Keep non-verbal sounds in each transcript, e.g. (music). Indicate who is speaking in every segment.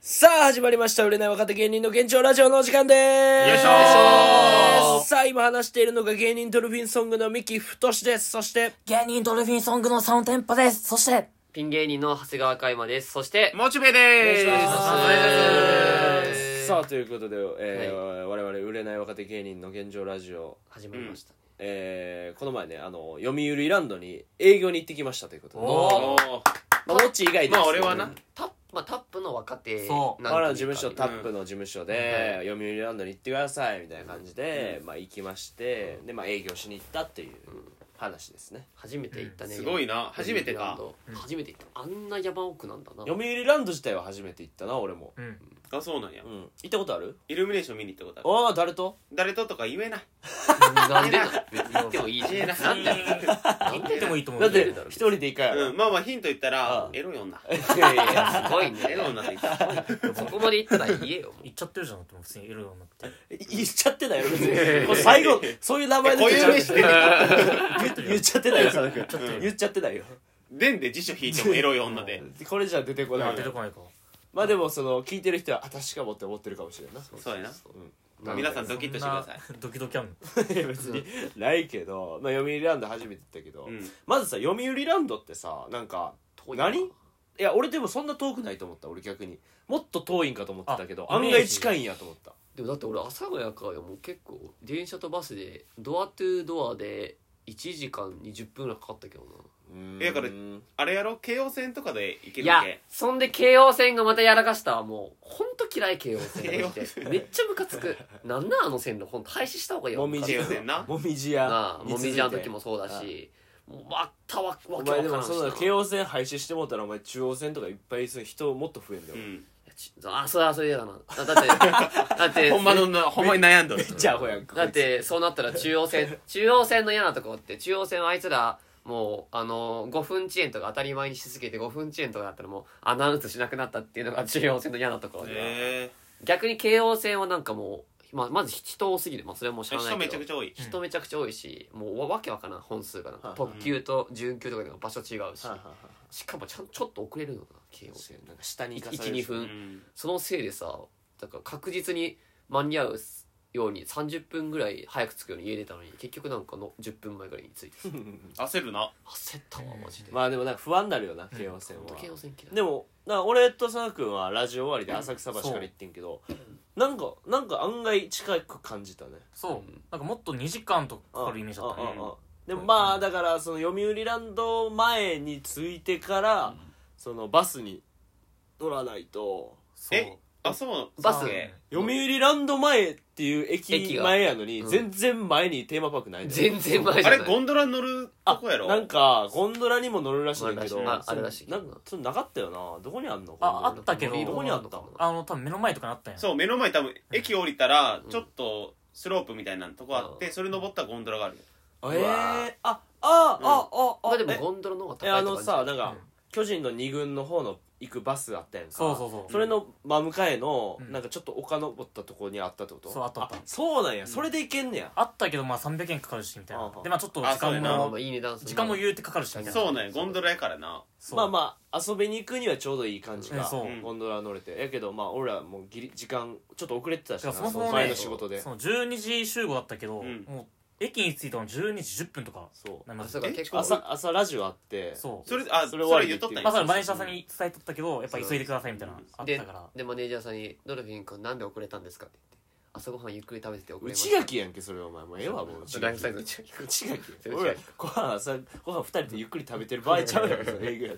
Speaker 1: さあ、始まりました。売れない若手芸人の現状ラジオのお時間でーす。
Speaker 2: よいしょー
Speaker 1: さあ、今話しているのが芸人ドルフィンソングの三木太志です。そして、
Speaker 3: 芸人ドルフィンソングのサウンテンパです。そして、
Speaker 4: ピン芸人の長谷川海馬です。そして、
Speaker 2: モチベでーす
Speaker 1: お願いし
Speaker 4: 願いします
Speaker 1: さあ、ということで、えー我々売れない若手芸人の現状ラジオ、
Speaker 4: 始まりました。
Speaker 1: えーこの前ね、あの、読売ランドに営業に行ってきましたということで。
Speaker 4: お
Speaker 2: おー
Speaker 1: まあ、モッチー以外ですけど
Speaker 2: まあ俺はな
Speaker 4: タップ、まあタップの若手なん
Speaker 3: そう
Speaker 1: 我々の事務所タ
Speaker 4: ッ
Speaker 1: ップの事務所で、読売ランドに行ってくださいみたいな感じで、まあ行きまして、でまあ営業しに行ったっていう話ですね、
Speaker 4: 初めて行ったね。
Speaker 2: すごいな初めてか
Speaker 4: うん初めて行った。あんな山奥なんだな。
Speaker 1: 読売ランド自体は初めて行ったな俺も
Speaker 3: うん。
Speaker 2: あそうなんや
Speaker 1: うん行ったことある
Speaker 2: イルミネーション見に行ったことある
Speaker 1: ああ誰と
Speaker 2: 誰ととか言えない
Speaker 4: なんでなの別に行ってもいい
Speaker 2: 言
Speaker 4: じ
Speaker 2: え
Speaker 4: ゃん。
Speaker 2: な
Speaker 4: なん
Speaker 2: い
Speaker 4: で
Speaker 3: 言ってもいいと思う。
Speaker 1: だって一人で行かやろ、
Speaker 2: うんまあまあヒント言った
Speaker 1: う
Speaker 2: ら
Speaker 1: ん
Speaker 2: エロい女
Speaker 1: いやいや
Speaker 4: すごい
Speaker 2: エロい
Speaker 4: ね。
Speaker 2: 女って言った
Speaker 4: そこまで行ったら言えよ。
Speaker 3: 言っちゃってるじゃん、って普通にいるようになって。
Speaker 1: 言っちゃってないよ別にこれ最後そういう名前
Speaker 2: 固
Speaker 1: 出て
Speaker 2: 有名詞出てきた
Speaker 1: 言っちゃってないよ佐野
Speaker 3: ちょっと
Speaker 1: 君言っちゃってないよ
Speaker 2: でんで辞書引いてもエロい女で
Speaker 1: これじゃ出てこない
Speaker 3: 当ててこないか。
Speaker 1: まあでもその聞いてる人はあ確かもって思ってるかもしれんない
Speaker 2: そうやな
Speaker 4: な
Speaker 2: 皆さんドキッとしてください
Speaker 3: そんなドキドキあんの。
Speaker 1: い (laughs) や別にないけど、まあ、読売ランド初めて行ったけど、
Speaker 2: うん
Speaker 1: まずさ読売ランドってさなんか
Speaker 4: 遠いな
Speaker 1: 何いや俺でもそんな遠くないと思った俺逆にもっと遠いんかと思ってたけど
Speaker 3: あ
Speaker 1: 案
Speaker 3: イメー
Speaker 1: 外
Speaker 3: ジ
Speaker 1: 近いんやと思った
Speaker 4: でもだって俺、阿佐ヶ谷からもう結構、電車とバスで、ドアトゥドアで、1時間20分ぐらいかかったけどな。
Speaker 1: うん
Speaker 2: えだからあれやろ京王線とかで行け
Speaker 4: い
Speaker 2: るわ
Speaker 4: や
Speaker 2: け、
Speaker 4: そんで京王線がまたやらかしたわ。もう、ほんと嫌い京王線
Speaker 2: 京王
Speaker 4: マジでめっちゃムカつく。なんなんあの線路、ほんと廃止した方がいいよ。
Speaker 1: もみじ
Speaker 2: 京
Speaker 1: 屋
Speaker 2: 王線な
Speaker 1: もみじ
Speaker 4: な
Speaker 1: 屋
Speaker 4: あ、
Speaker 1: に
Speaker 4: も
Speaker 1: 続い
Speaker 4: み
Speaker 1: て
Speaker 4: じの時もそうだし、もうまたわ、わけ
Speaker 1: お
Speaker 4: わか
Speaker 1: 前で
Speaker 4: ら
Speaker 1: も
Speaker 4: んし
Speaker 1: そうだ
Speaker 4: な。
Speaker 1: 京王線廃止してもうたらお前中央線とかいっぱいする人もっと増えんだ
Speaker 2: う
Speaker 1: よ、
Speaker 2: ん
Speaker 4: ちあ、それはそれだな。だだって、だって、
Speaker 2: ほんまのなほんまに悩んどる
Speaker 1: じゃあほやん
Speaker 4: だって、そうなったら中央線、中央線の嫌なとこって、中央線はあいつら、もう、あの、5分遅延とか当たり前にしすぎて5分遅延とかだったらもうアナウンスしなくなったっていうのが中央線の嫌なところで。
Speaker 2: え
Speaker 4: 逆に京王線はなんかもう、まあ、まず人多すぎる、まあ、それはもう知
Speaker 2: え
Speaker 4: らない
Speaker 2: 人
Speaker 4: けど
Speaker 2: めちゃくちゃ多い
Speaker 4: 人めちゃくちゃ多いしもうわわけわからん本数がなんか
Speaker 1: はい
Speaker 4: 特急と準急とかで場所違うし
Speaker 1: はあはあはあ
Speaker 4: しかもちゃんちょっと遅れるのかな京王線
Speaker 1: 確かになんか下に行かされる
Speaker 4: 12
Speaker 2: う
Speaker 4: 分、
Speaker 2: ん
Speaker 4: そのせいでさだから確実に間に合うように30分ぐらい早く着くように家出たのに結局なんかの10分前ぐらいに着いてさ
Speaker 2: 焦るな
Speaker 4: 焦ったわマジで、
Speaker 1: まあでもなんか不安になるよな京王線は
Speaker 4: ほんと京王線嫌い
Speaker 1: でもな俺と佐野君はラジオ終わりで浅草橋から行ってんけど、なんかなんか案外近く感じたね
Speaker 3: そう。なんかもっと2時間とかかかるイメージだった
Speaker 2: うん
Speaker 3: ね。
Speaker 2: うん
Speaker 1: でもまあだからその読売ランド前に着いてから、そのバスに乗らないと
Speaker 3: そう
Speaker 2: えあそう
Speaker 4: バス
Speaker 2: そう
Speaker 1: 読売ランド前っていう駅
Speaker 4: 駅が
Speaker 1: 前やのに、
Speaker 4: うん
Speaker 1: 全然前にテーマパークないんだよ
Speaker 4: 全然前じ
Speaker 2: あ
Speaker 4: ゃな
Speaker 2: れ
Speaker 4: い
Speaker 2: ゴンドラ乗ると
Speaker 1: あ
Speaker 2: こやろ
Speaker 1: なんかゴンドラにも乗るらしいんだけど、
Speaker 4: まあらしいまああるらしいけど
Speaker 1: なんかちょっとなかったよなどこにあんの
Speaker 3: ああったけど
Speaker 1: どこにあった
Speaker 3: あの、多分目の前とかにあったんやん。
Speaker 2: そう目の前多分駅降りたら
Speaker 4: うん
Speaker 2: ちょっとスロープみたいなとこあって
Speaker 4: うん
Speaker 2: それ登ったらゴンドラがあるよ
Speaker 1: え
Speaker 4: うわ
Speaker 1: ー、あああああ
Speaker 4: まあでも
Speaker 1: え
Speaker 4: ゴンドラの方が高
Speaker 1: え
Speaker 4: いとか
Speaker 1: あのさなん
Speaker 3: う
Speaker 1: か
Speaker 3: ん
Speaker 1: 巨人の2軍の方の行くバスあったやんか
Speaker 3: そうそうそう
Speaker 1: それの真向かいの
Speaker 3: うん
Speaker 1: なんかちょっと丘登ったとこにあったってこと
Speaker 3: そうあったあった
Speaker 1: そうなんやそれで行けんねや
Speaker 3: あったけど、まあ300円かかるし、みたい
Speaker 1: あ
Speaker 3: な
Speaker 1: あ。
Speaker 3: で、まあちょっと
Speaker 2: あ
Speaker 3: 時
Speaker 2: そうやな
Speaker 3: 間
Speaker 4: まあま
Speaker 3: も
Speaker 4: あ、、いい値段する
Speaker 3: 時間も言うてかかるし、みたいな。
Speaker 2: そうなんやゴンドラやからな
Speaker 3: そう
Speaker 1: まあまあ遊びに行くにはちょうどいい感じ
Speaker 3: うん
Speaker 1: が
Speaker 3: そう
Speaker 2: うん
Speaker 1: ゴンドラ乗れてやけどまあ俺らもうギリ時間ちょっと遅れてたしな
Speaker 3: てかそもそもね
Speaker 1: 前の仕事で
Speaker 3: その12時集合だったけど、
Speaker 2: うん
Speaker 3: もう駅に着いたの12時10分とか
Speaker 1: そう
Speaker 3: なり
Speaker 4: あ
Speaker 3: ま
Speaker 4: そ
Speaker 3: す
Speaker 4: うか結構
Speaker 1: 朝朝ラジオあって
Speaker 3: そう
Speaker 2: それあ
Speaker 1: そ
Speaker 2: そ
Speaker 1: れ
Speaker 2: れ
Speaker 1: 終わり
Speaker 2: 言っとったん
Speaker 3: まあそ
Speaker 2: や
Speaker 3: れマネージャーさんに伝えとったけどやっぱ急いでくださいみたいなのあっ
Speaker 4: で
Speaker 3: たから
Speaker 4: でマネージャーさんに「ドルフィン君なんで遅れたんですか?」って言って「朝ごはんゆっくり食べてて遅れました
Speaker 1: 内」垣やんけそれお前もうええわもう内
Speaker 4: ライフサイ
Speaker 1: 垣
Speaker 4: ズの内垣
Speaker 1: 内垣
Speaker 4: それ
Speaker 1: 俺ら
Speaker 4: 内
Speaker 1: ご飯さご飯二人でゆっくり食べてる場合ちゃうやろそれ営業や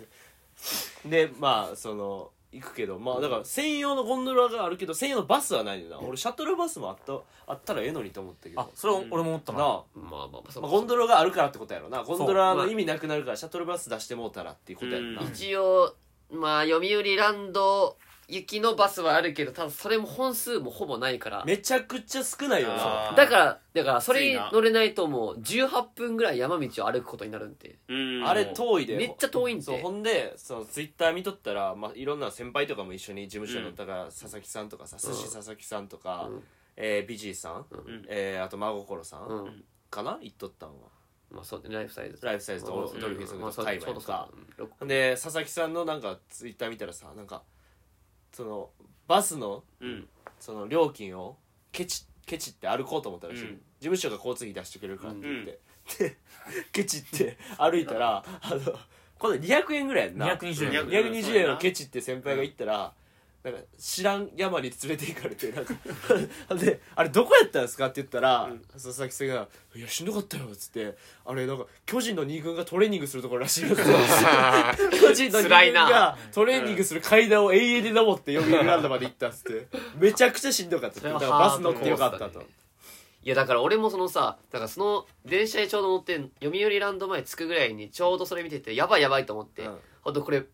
Speaker 1: ででまあその行くけどまあだから専用のゴンドラがあるけど専用のバスはないんだな俺シャトルバスもあったあったらええのにと思ったけど
Speaker 3: あそれを俺も思った
Speaker 1: な
Speaker 3: な
Speaker 1: あ
Speaker 4: まあまあまあそう
Speaker 1: ま
Speaker 4: か
Speaker 1: あゴンドラがあるからってことやろなゴンドラ
Speaker 4: ま
Speaker 1: の
Speaker 4: あ
Speaker 1: 意味なくなるからシャトルバス出してもうたらっていうことやろな
Speaker 2: うん
Speaker 4: 一応まあ読売ランド行きのバスはあるけどただそれも本数もほぼないから
Speaker 1: めちゃくちゃ少ないよな
Speaker 2: あー
Speaker 4: だからだからそ
Speaker 2: きつい
Speaker 4: れ
Speaker 2: な
Speaker 4: 乗れないともう18分ぐらい山道を歩くことになるんで
Speaker 2: うん
Speaker 1: あれ遠いで
Speaker 4: めっちゃ遠いん
Speaker 1: そう
Speaker 4: で
Speaker 1: ほんでそのツイッター見とったら、まあ、いろんな先輩とかも一緒に事務所の、だから佐々木さんとかさ寿司佐々木さんとか、
Speaker 4: うん
Speaker 1: えービジーさん、
Speaker 2: ん
Speaker 1: えーあと真心さん、
Speaker 4: うん
Speaker 1: かな行っとったんは
Speaker 4: まあそうねライフサイズ
Speaker 1: ライフサイズと
Speaker 4: うん
Speaker 1: ドルフィンソングと
Speaker 4: まあそう
Speaker 1: タイマーとか
Speaker 4: そうそううん
Speaker 1: で佐々木さんのなんかツイッター見たらさなんかそのバスの
Speaker 2: うん
Speaker 1: その料金をケチケチって歩こうと思ったらしい、
Speaker 2: うん
Speaker 1: 事務所が交通費出してくれるからって言って、でケチって歩いたらあのこの200円ぐらいやんな
Speaker 3: 220円
Speaker 1: 220円をケチって先輩が言ったら、なんか知らん山に連れて行かれてなんか (laughs) で「あれどこやったんですか?」って言ったら、
Speaker 2: うん
Speaker 1: 佐々木さんが「いやしんどかったよ」っつって「あれなんか巨人の2軍がトレーニングするところらしい
Speaker 4: (laughs)
Speaker 1: よ」って巨人の
Speaker 4: 辛
Speaker 1: 2
Speaker 4: い
Speaker 1: 軍
Speaker 4: な
Speaker 1: がトレーニングする階段を永遠で登って読売ランドまで行ったっつってめちゃくちゃしんどかったってだ
Speaker 4: そ
Speaker 1: か
Speaker 4: れ
Speaker 1: ら
Speaker 4: は
Speaker 1: バス乗ってよかった
Speaker 4: ハード
Speaker 1: と
Speaker 4: コースだねいやだから俺もそのさだからその電車にちょうど乗って読売ランド前着くぐらいにちょうどそれ見ててやばいやばいと思って、
Speaker 1: うん
Speaker 4: ほんとこれ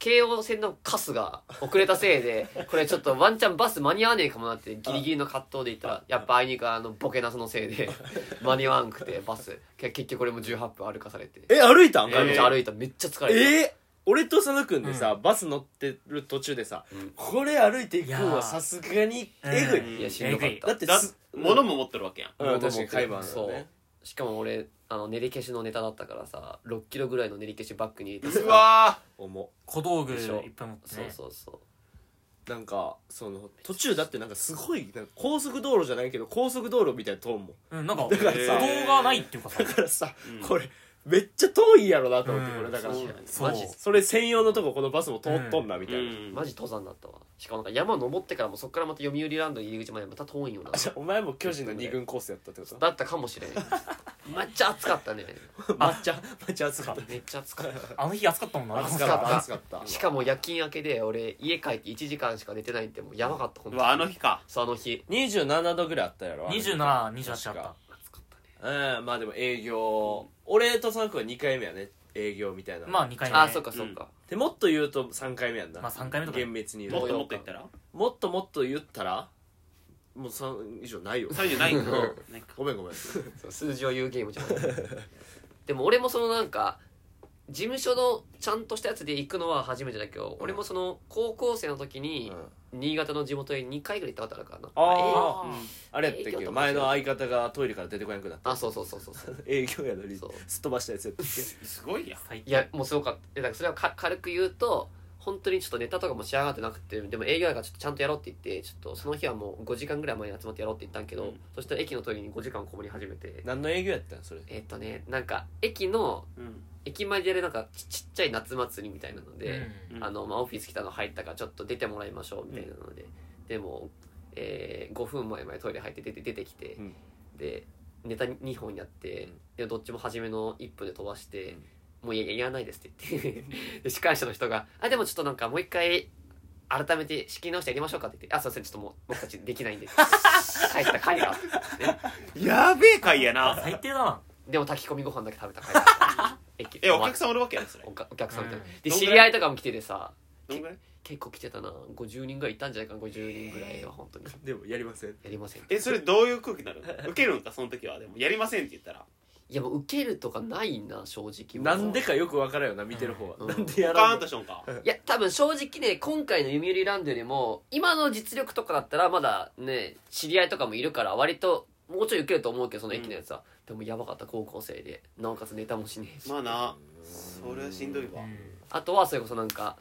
Speaker 4: 京王線のカスが遅れたせ
Speaker 1: (laughs)
Speaker 4: いでこれちょっとワンチャンバス間に合わねえかもなってギリギリの葛藤で言ったらやっぱあいにくあのボケなそのせいで間に合わんくてバスけ結局俺も18分歩かされて
Speaker 1: え歩いたん
Speaker 4: めっち
Speaker 1: え
Speaker 4: ゃ歩いためっちゃ疲れた、
Speaker 1: えー俺と佐野君でさ、バス乗ってる途中でさ、これ歩いていくのはさすがにえぐい、
Speaker 2: うん
Speaker 4: いやしんどかった
Speaker 1: だって
Speaker 2: だ
Speaker 1: す
Speaker 2: 物も持ってるわけやん
Speaker 1: うん、確かに海馬だ
Speaker 4: そ
Speaker 1: ね
Speaker 4: うしかも俺あの練り消しのネタだったからさ6キロぐらいの練り消しバッグに入れて
Speaker 2: う
Speaker 4: さ
Speaker 2: わ
Speaker 1: 重
Speaker 3: 小道具い
Speaker 4: でしょ
Speaker 3: っぱい持って
Speaker 4: そう
Speaker 3: ね
Speaker 4: そうそう
Speaker 1: なんかその途中だってなんかすごいなんか高速道路じゃないけど高速道路みたいな通んもん
Speaker 3: うんなんか
Speaker 1: だから
Speaker 2: さ
Speaker 3: 歩道がないっていうか
Speaker 1: (laughs)
Speaker 3: さ
Speaker 1: だからさ、
Speaker 2: うん
Speaker 1: これめっちゃ遠いやろなと思って、
Speaker 3: うん
Speaker 1: これだから
Speaker 2: そうだね
Speaker 3: そう
Speaker 4: マジ
Speaker 1: それ専用のとここのバスも通っとんなみたいな、
Speaker 2: うん
Speaker 4: マジ登山だったわしかもなんか山登ってからもそっからまた読売ランド入り口までまた遠いんよな
Speaker 1: じゃあお前も巨人の二軍コースやったってこと
Speaker 4: だったかもしれんめっちゃ暑かったね
Speaker 1: 抹茶抹茶暑かっ
Speaker 4: めっちゃ暑か
Speaker 3: (laughs)
Speaker 4: った
Speaker 3: あの日暑かったもんな
Speaker 1: た
Speaker 4: 暑
Speaker 1: 暑
Speaker 4: か
Speaker 1: か
Speaker 4: っ
Speaker 1: ったた暑かった
Speaker 4: しかも夜勤明けで俺家帰って1時間しか寝てないってもうやばかったほん
Speaker 2: う
Speaker 4: と
Speaker 2: わあの日か
Speaker 4: そうあの日
Speaker 1: 27度ぐらいあったやろ
Speaker 3: 2728あった
Speaker 4: 暑かったね
Speaker 1: うんまあでも営業俺と佐野君は2回目やね営業みたいな
Speaker 3: まあ2回目
Speaker 4: あそっかそっか、
Speaker 1: でもっと言うと3回目やんな、
Speaker 3: まあ3回目とか
Speaker 1: 厳密に言うと
Speaker 2: もっともっといったら
Speaker 1: もっともっと言ったらもう3以上ないよ
Speaker 2: 3じゃないんだ
Speaker 4: う
Speaker 2: ないか
Speaker 1: (laughs) ごめんごめん
Speaker 4: そう数字を言うゲームじゃないでも俺もそのなんか事務所のちゃんとしたやつで行くのは初めてだけど、俺もその高校生の時に新潟の地元へ2回ぐらい行ったことあるからな
Speaker 1: あ
Speaker 3: ー
Speaker 4: えー
Speaker 1: あれやったっ
Speaker 4: 営業
Speaker 1: け
Speaker 4: とか
Speaker 1: 前の相方がトイレから出てこなくなった
Speaker 4: あそうそうそうそうそう
Speaker 1: 営業やのにす
Speaker 4: そう
Speaker 1: っ飛ばしたやつやったっけ
Speaker 2: すごいやん
Speaker 3: 最低
Speaker 4: いやもうすごかったいやだからそれはか軽く言うと本当にちょっとネタとかも仕上がってなくてでも営業やからちょっとちゃんとやろうって言ってちょっとその日はもう5時間ぐらい前に集まってやろうって言ったんけど、
Speaker 2: うん
Speaker 4: そしたら駅のトイレに5時間こもり始めて
Speaker 1: 何の営業やったんそれ
Speaker 4: えっ、とねなんか駅の
Speaker 2: うん
Speaker 4: 駅前でやるなんかちちっちゃい夏祭りみたいなので、
Speaker 2: うん
Speaker 4: あのまあ、オフィス来たの入ったからちょっと出てもらいましょうみたいなので、でも、えー5分前までトイレ入って出て出てきて、
Speaker 1: うん
Speaker 4: でネタ2本やっ
Speaker 1: う
Speaker 4: て、
Speaker 1: ん
Speaker 4: でどっちも初めの1分で飛ばして、
Speaker 1: うん
Speaker 4: もういやいやいらないですって言って
Speaker 1: (laughs)
Speaker 4: で司会者の人が「あでもちょっとなんかもう一回改めて仕切り直してやりましょうか」って言って「あすいませんちょっともう僕たちできない
Speaker 1: (laughs)
Speaker 4: んで」帰った回があって
Speaker 2: やべえ回や
Speaker 3: あ
Speaker 2: な
Speaker 3: 最低だな
Speaker 4: でも炊き込みご飯だけ食べた回
Speaker 1: (laughs)
Speaker 4: があった駅
Speaker 2: えお客さんおるわけやんそれ
Speaker 4: おかお客さんみたいな、
Speaker 3: うん
Speaker 4: で
Speaker 2: どんぐ
Speaker 4: 知
Speaker 2: らい
Speaker 4: り合いとかも来ててさ
Speaker 2: どんぐらい
Speaker 4: 結構来てたな50人ぐらいいたんじゃないかな50人ぐらいは本当に
Speaker 1: でもやりません
Speaker 4: やりません
Speaker 2: えそれどういう空気になる受けるんかその時はでもやりませんって言ったら
Speaker 4: いやもう受けるとかないな正直
Speaker 1: なんでかよく分からんよな見てる方は
Speaker 4: うん
Speaker 1: なんでや
Speaker 2: カ
Speaker 1: ら
Speaker 2: ーン
Speaker 1: ん
Speaker 2: と
Speaker 1: の
Speaker 2: しとんか
Speaker 4: いや多分正直ね今回の読売ランドよりも今の実力とかだったらまだね知り合いとかもいるから割ともうちょい受けると思うけどその駅のやつは、でもやばかった高校生でなおかつネタもしねえし、
Speaker 2: まあなそれはしんどいわ
Speaker 4: あとはそれこそなんか